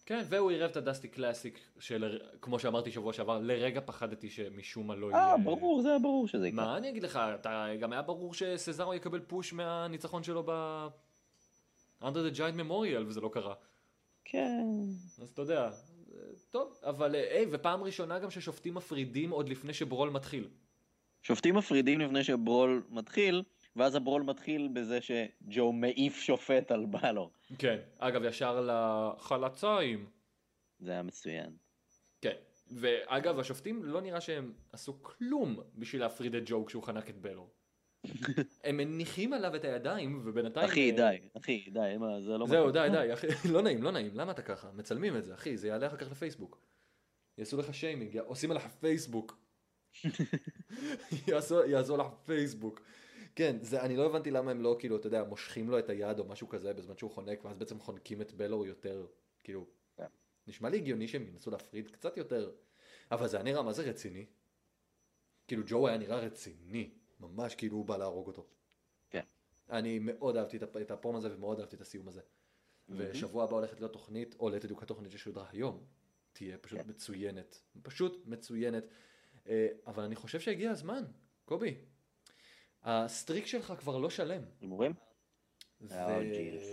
כן, והוא עירב את הדסטי קלאסיק של, כמו שאמרתי שבוע שעבר, לרגע פחדתי שמשום מה לא יהיה...
אה, ברור, זה היה ברור שזה יקרה.
מה אני אגיד לך, אתה גם היה ברור שסזארו יקבל פוש מהניצחון שלו ב... under the giant memorial וזה לא קרה.
כן.
אז אתה יודע, אה, טוב, אבל אה, היי, ופעם ראשונה גם ששופטים מפרידים עוד לפני שברול מתחיל.
שופטים מפרידים לפני שברול מתחיל, ואז הברול מתחיל בזה שג'ו מעיף שופט על בלור.
כן. אגב, ישר לחלציים.
זה היה מצוין.
כן. ואגב, השופטים לא נראה שהם עשו כלום בשביל להפריד את ג'ו כשהוא חנק את בלו. הם מניחים עליו את הידיים, ובינתיים...
אחי,
אה,
די, אחי, די, מה, זה לא...
זהו, די,
מתאים.
די, אחי, לא נעים, לא נעים, למה אתה ככה? מצלמים את זה, אחי, זה יעלה אחר כך לפייסבוק. יעשו לך שיימינג, י- עושים עליך פייסבוק. יעשו- יעשו לך פייסבוק. כן, זה, אני לא הבנתי למה הם לא, כאילו, אתה יודע, מושכים לו את היד או משהו כזה בזמן שהוא חונק, ואז בעצם חונקים את בלור יותר, כאילו,
כן.
נשמע לי הגיוני שהם ינסו להפריד קצת יותר, אבל זה היה נראה, מה זה רציני? כאילו, ג'ו היה נראה רציני, ממש כאילו הוא בא להרוג אותו.
כן.
אני מאוד אהבתי את הפ- את הפרום הזה ומאוד אהבתי את הסיום הזה.
אוקיי,
ושבוע הבא הולכת להיות תוכנית, או ליתר דיוק התוכנית ששודרה היום, תהיה פשוט
כן.
מצוינת. פשוט מצוינת. אה, אבל אני חושב שהגיע הזמן, קובי. הסטריק שלך כבר לא שלם.
הימורים? Oh,
ו-
ג'יזוס.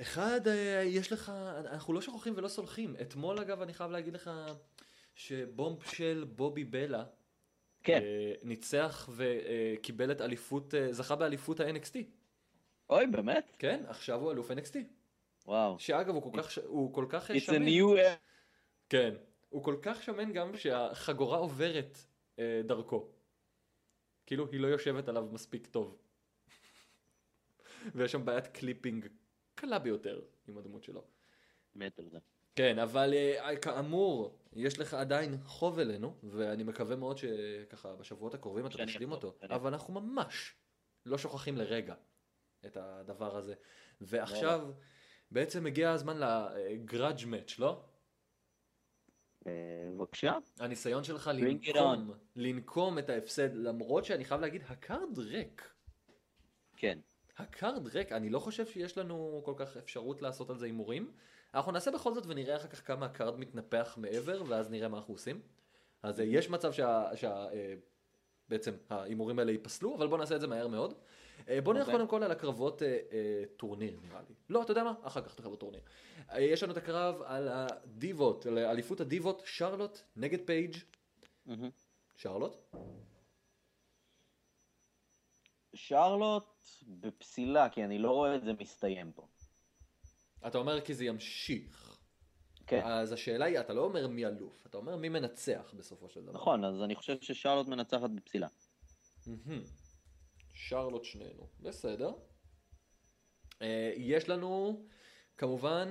אחד, אה, יש לך, אנחנו לא שוכחים ולא סולחים. אתמול אגב, אני חייב להגיד לך שבומב של בובי בלה
כן.
אה, ניצח וקיבל את אליפות, אה, זכה באליפות ה-NXT.
אוי, באמת?
כן, עכשיו הוא אלוף NXT.
וואו.
שאגב, הוא כל כך, ש- הוא כל כך אה,
Oh. It's a
שמן.
new era.
כן. הוא כל כך שמן גם שהחגורה עוברת אה, דרכו. כאילו היא לא יושבת עליו מספיק טוב. ויש שם בעיית קליפינג קלה ביותר עם הדמות שלו.
מת על זה.
כן, אבל אה, כאמור, יש לך עדיין חוב אלינו, ואני מקווה מאוד שככה בשבועות הקרובים אתה
שאני
תשלים
אחזור,
אותו,
אני
אבל אנחנו ממש לא שוכחים לרגע את הדבר הזה. ועכשיו, בעצם הגיע הזמן לגראג' מאץ', לא?
אה, בבקשה.
הניסיון שלך
Bring it
לנקום, לנקום את ההפסד, למרות שאני חייב להגיד, הקארד ריק.
כן.
הקארד ריק, אני לא חושב שיש לנו כל כך אפשרות לעשות על זה הימורים. אנחנו נעשה בכל זאת ונראה אחר כך כמה הקארד מתנפח מעבר, ואז נראה מה אנחנו עושים. אז אה, יש מצב שה... שה אה, בעצם ההימורים האלה ייפסלו, אבל בואו נעשה את זה מהר מאוד. אה, בואו נלך
אוקיי.
קודם כל על הקרבות אה, אה, טורניר נראה לי. לא, אתה יודע מה? אחר כך תקרבות טורניר. אה, יש לנו את הקרב על הדיבות, על אליפות הדיבות, שרלוט נגד פייג'.
מהמם.
שרלוט?
שרלוט בפסילה, כי אני לא רואה את זה מסתיים פה.
אתה אומר כי זה ימשיך.
כן.
אז השאלה היא, אתה לא אומר מי אלוף, אתה אומר מי מנצח בסופו של דבר.
נכון, אז אני חושב ששרלוט מנצחת בפסילה.
מהמם. שרלוט שנינו. בסדר. אה, יש לנו, כמובן,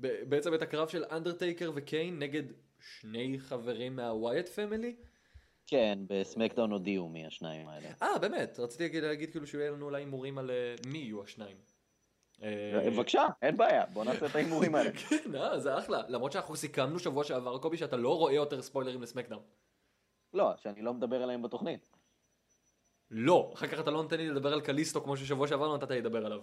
ב- בעצם את הקרב של אנדרטייקר וקיין נגד שני חברים מהווייט פמילי.
כן, בסמקדאון הודיעו מי השניים האלה.
אה, באמת, רציתי להגיד, להגיד כאילו שיהיה לנו אולי הימורים על אה, מי יהיו השניים. אה,
בבקשה, אין בעיה, בוא נעשה את ההימורים האלה.
כן, אה, זה אחלה. למרות שאנחנו סיכמנו שבוע שעבר, קובי, שאתה לא רואה יותר ספוילרים לסמקדאם.
לא, שאני לא מדבר עליהם בתוכנית.
לא, אחר כך אתה לא נותן לי לדבר על קליסטו כמו ששבוע שעבר לא נתת לי לדבר עליו.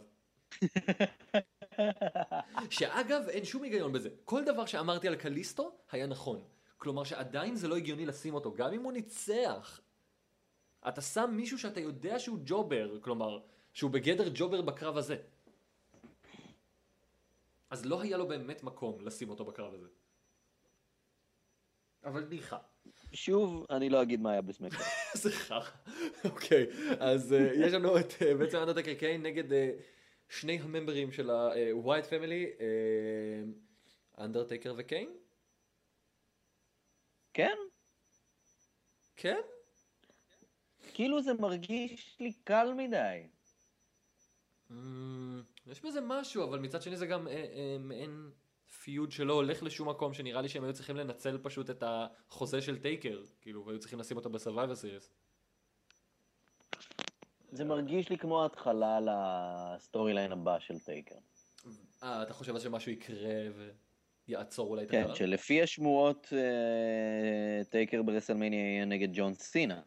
שאגב, אין שום היגיון בזה. כל דבר שאמרתי על קליסטו היה נכון. כלומר שעדיין זה לא הגיוני לשים אותו, גם אם הוא ניצח. אתה שם מישהו שאתה יודע שהוא ג'ובר, כלומר, שהוא בגדר ג'ובר בקרב הזה. אז לא היה לו באמת מקום לשים אותו בקרב הזה. אבל ניחא.
שוב, אני לא אגיד מה היה בסמקדאון.
איזה חרא. אוקיי, אז אה, יש לנו את אה, בעצם אנדרטקר קיין נגד אה, שני הממברים של ה-white family, אה, אנדרטקר וקיין?
כן?
כן?
כאילו זה מרגיש לי קל מדי.
אמ, יש בזה משהו, אבל מצד שני זה גם אה, אה, מעין פיוד שלא הולך לשום מקום, שנראה לי שהם היו צריכים לנצל פשוט את החוזה של טייקר, כאילו, והיו צריכים לשים אותו בסרווייבר סיריס.
זה מרגיש לי כמו ההתחלה לסטורי ליין הבא של טייקר.
אה, אתה חושב אז שמשהו יקרה ויעצור אולי את
כן,
הקרב?
שלפי השמועות, אה, טייקר ברסלמניה יהיה נגד ג'ון סינה.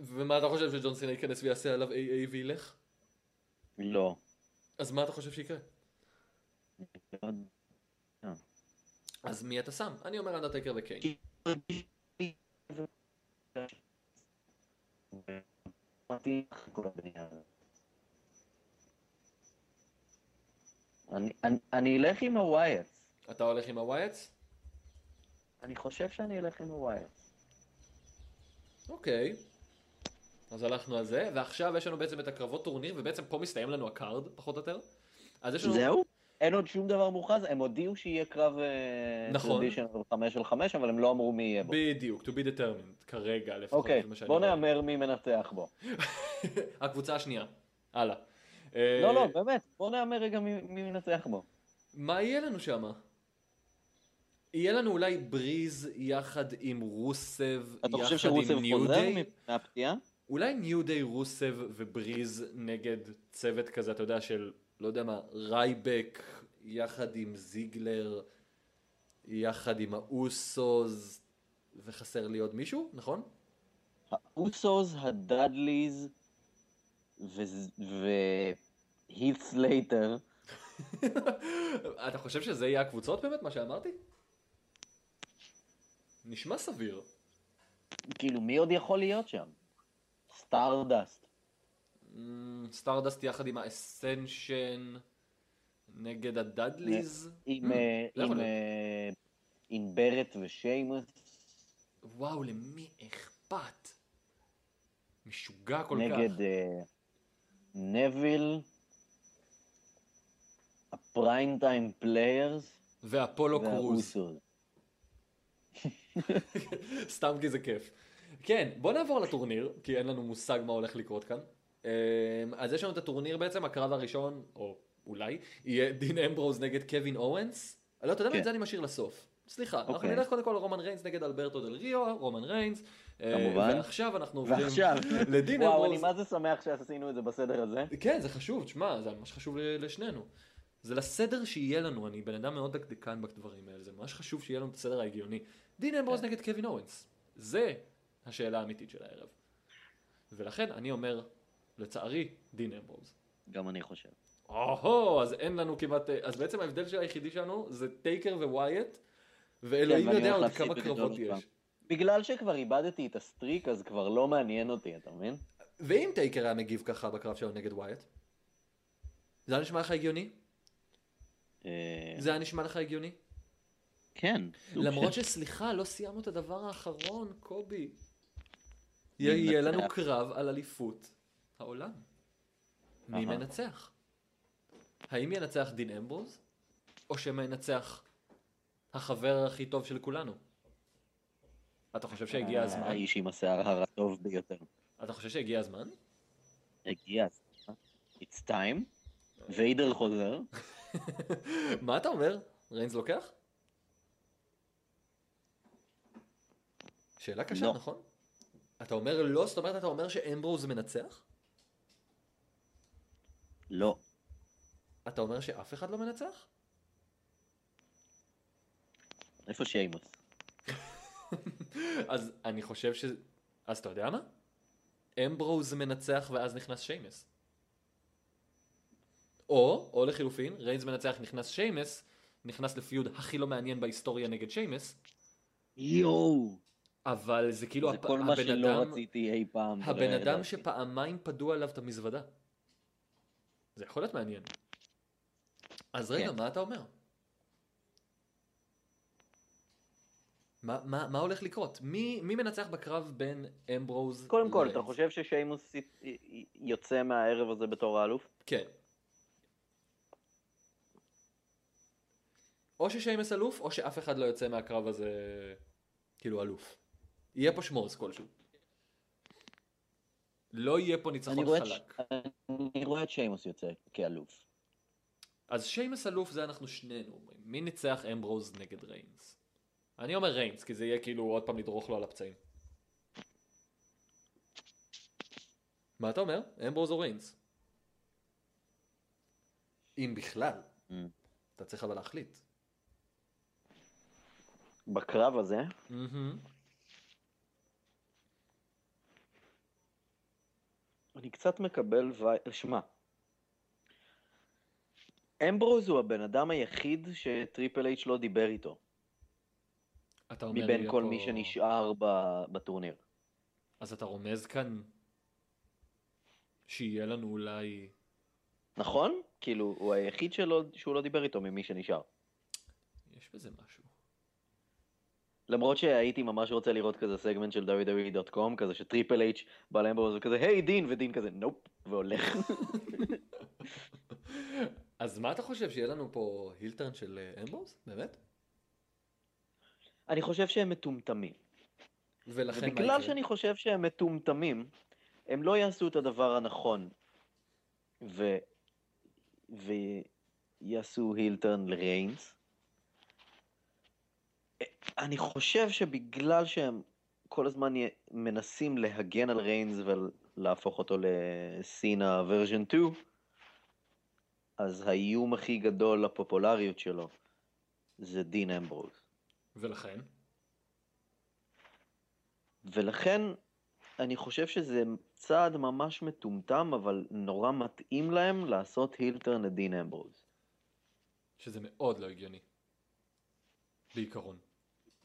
ומה אתה חושב שג'ון סינה ייכנס ויעשה עליו AA וילך?
לא.
אז מה אתה חושב שיקרה?
לא
אז מי אתה שם? אני אומר אנדרטייקר וקיין.
אני- אני- אני אלך עם הווייטס.
אתה הולך עם הווייטס?
אני חושב שאני אלך עם הווייטס.
אוקיי. אז הלכנו על זה, ועכשיו יש לנו בעצם את הקרבות טורניר, ובעצם פה מסתיים לנו הקארד, פחות או יותר. אז יש לנו...
זהו? אין עוד שום דבר מוכרז, הם הודיעו שיהיה קרב אה,
נכון.
טרדישיונל 5 על 5, אבל הם לא אמרו מי יהיה בו.
בדיוק, to be determined, כרגע לפחות.
אוקיי,
זה מה שאני
בוא
רואה.
נהמר מי מנצח בו.
הקבוצה השנייה. הלאה. אה,
לא, לא, באמת, בוא נהמר רגע מי מי מנצח בו.
מה יהיה לנו שם? יהיה לנו אולי בריז יחד עם רוסב,
אתה חושב
יחד
שרוסב
עם ניו
חוזר
דיי?
מהפציעה?
אולי ניו דיי רוסב ובריז נגד צוות כזה, אתה יודע, של, לא יודע מה, רייבק, יחד עם זיגלר, יחד עם האוסוז, וחסר לי עוד מישהו, נכון?
האוסוס, הדאדליז והית סלייטר.
אתה חושב שזה יהיה הקבוצות באמת, מה שאמרתי? נשמע סביר.
כאילו, מי עוד יכול להיות שם? סטארדסט.
אמ, סטארדסט יחד עם האסנשן, נגד הדאדליז.
עם, אה,
לא
עם,
יכול להיות.
אה, עם ברט ושיימוס.
וואו, למי אכפת? משוגע כל כך.
נגד אה, נביל. הפריים טיים פליירס.
ואפולו לא קרוז.
והאוסוס.
סתם כי זה כיף. כן, בוא נעבור לטורניר, כי אין לנו מושג מה הולך לקרות כאן. אמ, אז יש לנו את הטורניר בעצם, הקרב הראשון, או אולי, יהיה דין אמברוז נגד קווין אורנס. לא, אתה יודע מה,
כן.
את זה אני משאיר לסוף. סליחה, אנחנו
אוקיי.
נלך קודם כל לרומן ריינס נגד אלברטו דל ריו, רומן ריינס. אה,
כמובן.
ועכשיו אנחנו עוברים
ועכשיו,
לדין
וואו, אני
אמברוז.
מה זה שמח שעשינו את זה בסדר הזה.
כן, זה חשוב, תשמע, זה ממש חשוב ל- לשנינו. זה לסדר שיהיה לנו, אני בן אדם מאוד דקדקן בדברים האלה, זה ממש חשוב שיהיה לנו את הסדר ההגיוני. דין
כן.
אמברוז נגד קווין אורנס, זה השאלה האמיתית של הערב. ולכן אני אומר, לצערי, דין אמברוז.
גם אני חושב.
אוהו, אז אין לנו כמעט, אה, אז בעצם ההבדל של היחידי שלנו זה טייקר ווייט, ואלוהים
כן, ואני
יודע
הולך
עוד
להפסיד
כמה
בגדול
קרבות
עוד פעם.
יש.
בגלל שכבר איבדתי את הסטריק, אז כבר לא מעניין אותי, אתה מבין?
ואם טייקר היה מגיב ככה בקרב שלו נגד ווייט? זה היה נשמע לך הגיוני?
אה,
זה היה נשמע לך הגיוני?
כן. סוג
למרות
של-
שסליחה, לא סיימנו את הדבר האחרון, קובי.
מי
יהיה- יהיה
מנצח?
לנו קרב על אליפות העולם. מי
אהה.
מנצח? האם ינצח דין אמברוז? או שמא ינצח החבר הכי טוב של כולנו? אתה חושב שהגיע הזמן?
האיש אה, עם השיער הרטוב ביותר.
אתה חושב שהגיע הזמן?
הגיע הזמן. It's time. ויידר חוזר.
מה אתה אומר? ריינס לוקח? שאלה קשה,
לא.
נכון? אתה אומר לא, זאת אומרת אתה אומר שאמברוז מנצח?
לא.
אתה אומר שאף אחד לא מנצח?
איפה שיימוס?
אז אני חושב ש... אז אתה יודע מה? אמברוז מנצח ואז נכנס שיימס. או, או לחילופין, ריינס מנצח נכנס שיימס, נכנס לפיוד הכי לא מעניין בהיסטוריה נגד שיימס,
יואו!
אבל זה כאילו
זה
הפ-
כל מה
הבן
שלא
אדם,
רציתי אי פעם.
הבן
ברחת
אדם
דרכי.
שפעמיים פדו עליו את המזוודה. זה יכול להיות מעניין. אז רגע,
כן.
מה אתה אומר? מה, מה, מה הולך לקרות? מי, מי מנצח בקרב בין אמברוז
קודם כל,
לריינס?
אתה חושב ששיימוס י- י- יוצא מהערב הזה בתור האלוף?
כן. או ששיימס אלוף, או שאף אחד לא יוצא מהקרב הזה כאילו אלוף. יהיה פה שמורס כלשהו. לא יהיה פה
אני
ניצחון
רואה את ש-
חלק.
אני רואה את שיימוס יוצא כאלוף.
אז שיימס אלוף זה אנחנו שנינו אומרים. מי ניצח אמברוז נגד ריינס? אני אומר ריינס, כי זה יהיה כאילו עוד פעם לדרוך לו על הפצעים. מה אתה אומר? אמברוז או ריינס? אם בכלל.
Mm.
אתה צריך אבל להחליט.
בקרב הזה, אני קצת מקבל וי... שמע, אמברוז הוא הבן אדם היחיד שטריפל אייץ' לא דיבר איתו,
אתה אומר
מבין
יהיה
כל
פה-
מי שנשאר ב- בטורניר.
אז אתה רומז כאן שיהיה לנו אולי...
נכון? כאילו, הוא היחיד שלא, שהוא לא דיבר איתו ממי שנשאר.
יש בזה משהו.
למרות שהייתי ממש רוצה לראות כזה סגמנט של www.com, כזה שטריפל אייץ' בא לאמברוז וכזה, היי דין, ודין כזה, נופ, והולך.
אז מה אתה חושב, שיהיה לנו פה הילטרן של אה, אמברוז? באמת?
אני חושב שהם מטומטמים.
ולכן מה
ובגלל
יקרה?
שאני חושב שהם מטומטמים, הם לא יעשו את הדבר הנכון, ו... ויעשו הילטרן לריינס. אני חושב שבגלל שהם כל הזמן י- מנסים להגן על ריינס ולהפוך אותו לסינה ורז'ן 2, אז האיום הכי גדול לפופולריות שלו זה דין אמברוז.
ולכן?
ולכן אני חושב שזה צעד ממש מטומטם, אבל נורא מתאים להם לעשות הילטרן לדין אמברוז.
שזה מאוד לא הגיוני. בעיקרון.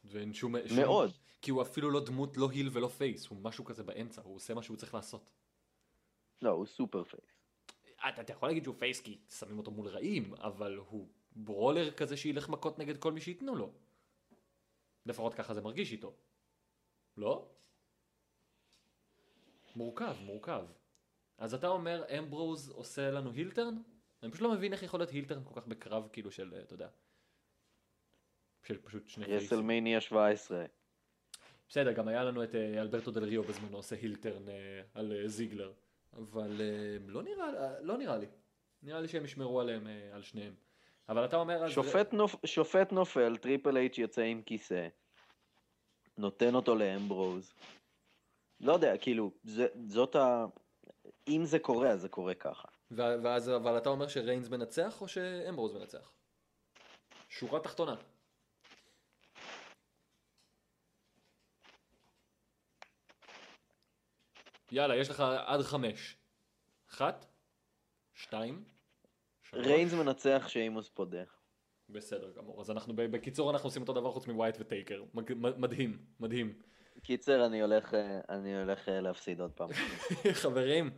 ואין שום... שום-
מאוד.
כי הוא אפילו לא דמות, לא היל ולא פייס, הוא משהו כזה באמצע, הוא עושה מה שהוא צריך לעשות.
לא, הוא סופר פייס.
אתה, אתה יכול להגיד שהוא פייס כי שמים אותו מול רעים, אבל הוא ברולר כזה שילך מכות נגד כל מי שייתנו לו. לפחות ככה זה מרגיש איתו. לא? מורכב, מורכב. אז אתה אומר אמברוז עושה לנו הילטרן? אני פשוט לא מבין איך יכול להיות הילטרן כל כך בקרב כאילו של, אה, אתה יודע. של פשוט שני פייסים.
רסלמניה 17.
בסדר, גם היה לנו את אה, אלברטו דל ריו בזמנו עושה הילטרן אה, על אה, זיגלר, אבל אה, לא נראה, אה, לא נראה לי. נראה לי שהם ישמרו עליהם, אה, על שניהם. אבל אתה אומר... אז- אה,
שופט, נופ... שופט נופל, טריפל אייץ' יוצא עם כיסא, נותן אותו לאמברוז. לא יודע, כאילו, זה, זאת ה... אם זה קורה, אז זה קורה ככה.
ו- ואז, אבל אתה אומר שריינס מנצח או שאמברוז מנצח? שורה תחתונה. יאללה, יש לך עד חמש. אחת, שתיים, שלוש.
ריינס מנצח שאימוס פודח.
בסדר גמור. אז אנחנו, ב- בקיצור, אנחנו עושים אותו דבר חוץ מווייט וטייקר. מג- מ- מדהים, מדהים.
קיצר, אני הולך, אה, אני הולך אה, להפסיד עוד פעם.
חברים,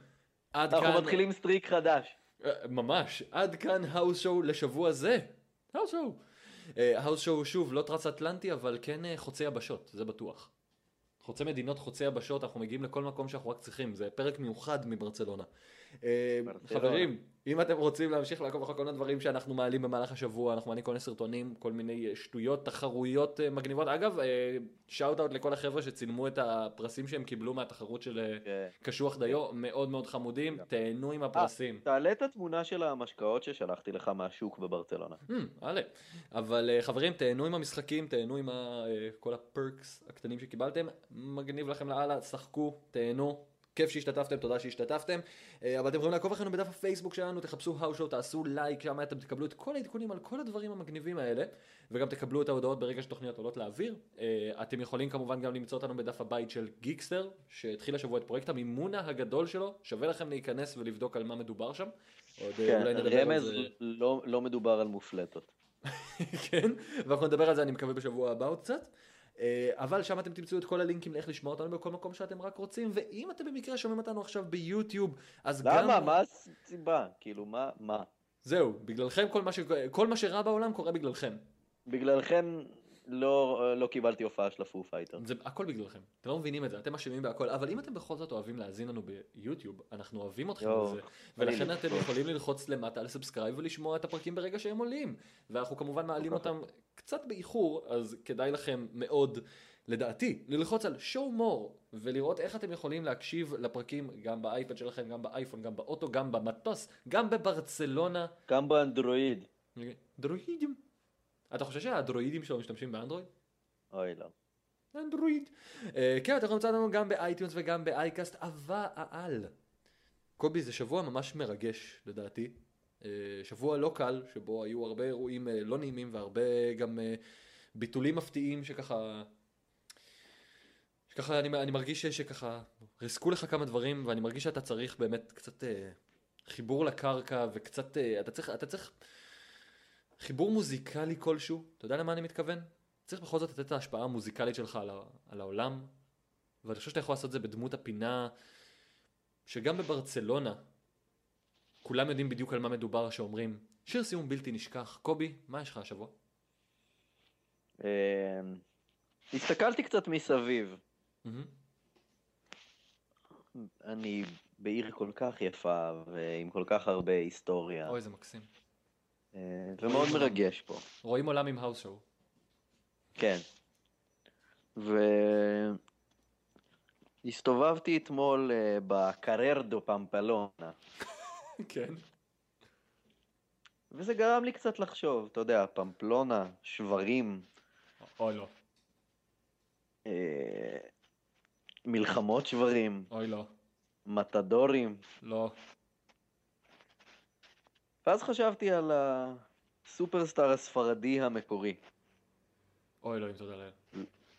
עד כאן...
אנחנו מתחילים סטריק חדש.
אה, ממש, עד כאן האוס שואו לשבוע זה. האוס שואו. אה, האוס שואו שוב, לא טרס אטלנטי, אבל כן אה, חוצה יבשות, זה בטוח. חוצה מדינות, חוצה יבשות, אנחנו מגיעים לכל מקום שאנחנו רק צריכים, זה פרק מיוחד מברצלונה. אה,
ברצלונה.
חברים, אם אתם רוצים להמשיך לעקוב אחרי כל מיני דברים שאנחנו מעלים במהלך השבוע, אנחנו מעלים כל מיני סרטונים, כל מיני אה, שטויות, תחרויות אה, מגניבות. אגב, שאוט אאוט לכל החבר'ה שצילמו את הפרסים שהם קיבלו מהתחרות של אה,
אה,
קשוח דיו, מאוד מאוד חמודים, תהנו עם הפרסים.
תעלה את התמונה של המשקאות ששלחתי לך מהשוק בברצלונה.
Hmm, אלה. אבל אה, חברים, תהנו עם המשחקים, תהנו עם ה, אה, כל הפרקס הקטנים שקיבלתם, מגניב לכם לאללה, שחקו, תהנו. כיף שהשתתפתם, תודה שהשתתפתם. אה, אבל אתם יכולים לעקוב אחרינו בדף הפייסבוק שלנו, תחפשו האושו, תעשו לייק, שם אתם תקבלו את כל העדכונים על כל הדברים המגניבים האלה, וגם תקבלו את ההודעות ברגע שתוכניות עולות לאוויר. אה, אתם יכולים כמובן גם למצוא אותנו בדף הבית של גיקסטר, שהתחיל השבוע את פרויקט המימונה הגדול שלו, שווה לכם להיכנס ולבדוק על מה מדובר שם. עוד אה,
כן,
אולי נדבר על
רמז,
זה.
לא- לא מדובר על מופלטות.
כן, ואנחנו נדבר על זה אני מקווה בשבוע הבא עוד קצת. אה, אבל שם אתם תמצאו את כל הלינקים לאיך לשמוע אותנו בכל מקום שאתם רק רוצים, ואם אתם במקרה שומעים אותנו עכשיו ביוטיוב, אז גם...
למה? מה הסיבה? כאילו, מה? מה?
זהו, בגללכם כל מה, ש... כל מה שרע בעולם קורה בגללכם.
בגללכם לא, לא קיבלתי הופעה של הפו פייטר.
זה הכל בגללכם. אתם לא מבינים את זה, אתם אשמים בהכל, אבל אם אתם בכל זאת אוהבים להאזין לנו ביוטיוב, אנחנו אוהבים אתכם
יואו,
בזה, ולכן
אני
אתם
לצפות.
יכולים ללחוץ למטה על סאבסקרייב ולשמוע את הפרקים ברגע שהם עולים. ואנחנו כמובן מעלים
כל כך.
אותם קצת באיחור, אז כדאי לכם מאוד, לדעתי, ללחוץ על show more, ולראות איך אתם יכולים להקשיב לפרקים גם באייפד שלכם, גם באייפון, גם באוטו, גם במטוס, גם בברצלונה.
גם באנדרואיד.
דרואידים. אתה חושב שהדרואידים שלו משתמשים באנדרואיד?
אוי לא.
אנדרואיד. אה, כן, אתם יכולים למצוא אותנו גם באייטיונס וגם באייקאסט, אבל... קובי, זה שבוע ממש מרגש, לדעתי. אה, שבוע לא קל, שבו היו הרבה אירועים אה, לא נעימים והרבה גם אה, ביטולים מפתיעים שככה... שככה אני, אני מרגיש ש- שככה ריסקו לך כמה דברים ואני מרגיש שאתה צריך באמת קצת אה, חיבור לקרקע וקצת אה, אתה צריך אתה צריך חיבור מוזיקלי כלשהו אתה יודע למה אני מתכוון? צריך בכל זאת לתת את ההשפעה המוזיקלית שלך על, ה- על העולם, ואני חושב שאתה יכול לעשות את זה בדמות הפינה, שגם בברצלונה, כולם יודעים בדיוק על מה מדובר שאומרים, שיר סיום בלתי נשכח. קובי, מה יש לך השבוע?
אה, הסתכלתי קצת מסביב.
מהמם.
אני בעיר כל כך יפה ועם כל כך הרבה היסטוריה.
אוי, זה מקסים.
אה, ומאוד מרגש פה.
רואים עולם עם האוס שואו.
כן. והסתובבתי אתמול אה, בקרר דו פמפלונה,
כן.
וזה גרם לי קצת לחשוב, אתה יודע, פמפלונה, שברים,
אוי לא,
אה, מלחמות שברים,
אוי לא,
מתדורים.
לא.
ואז חשבתי על הסופרסטאר הספרדי המקורי.
אוי אלוהים, תודה לאל.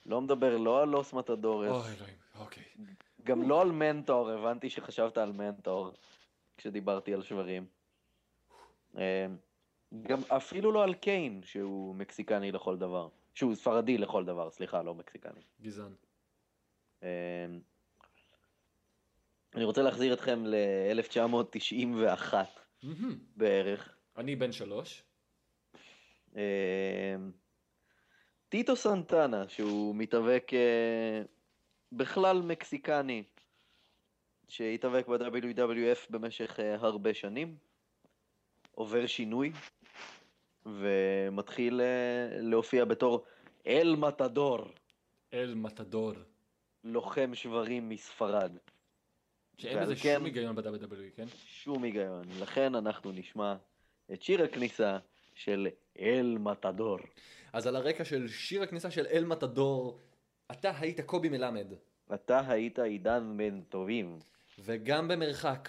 לא מדבר לא על לוס מתדורס,
אוי אלוהים, אוקיי.
גם לא על מנטור, הבנתי שחשבת על מנטור כשדיברתי על שברים. אה, גם אפילו לא על קיין, שהוא מקסיקני לכל דבר. שהוא ספרדי לכל דבר, סליחה, לא מקסיקני.
גזען.
אה, אני רוצה להחזיר אתכם ל-1991
מהמם.
בערך.
אני בן שלוש.
אה, טיטו סנטנה, שהוא מתאבק אה, בכלל מקסיקני, שהתאבק ב-WWF במשך אה, הרבה שנים, עובר שינוי, ומתחיל אה, להופיע בתור אל מתדור,
אל מתדור.
לוחם שברים מספרד.
שאין בזה
ועל כן-
שום היגיון ב-WWE, כן?
שום היגיון. לכן אנחנו נשמע את שיר הכניסה של אל מתדור.
אז על הרקע של שיר הכניסה של אל מתדור, אתה היית קובי מלמד,
אתה היית עידן בן טובים.
וגם במרחק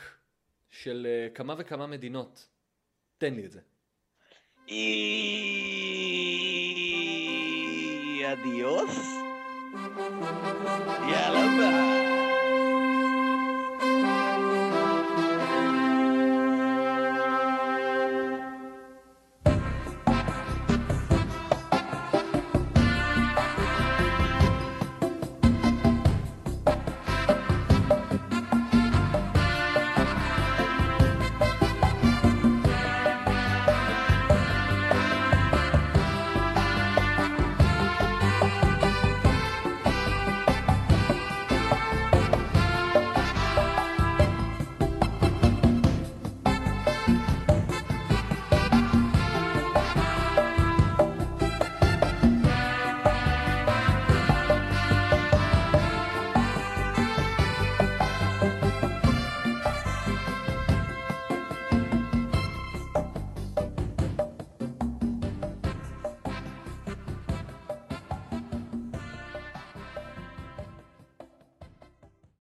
של אה, כמה וכמה מדינות, תן לי את זה.
אי- אדיוס? יאללה ביי.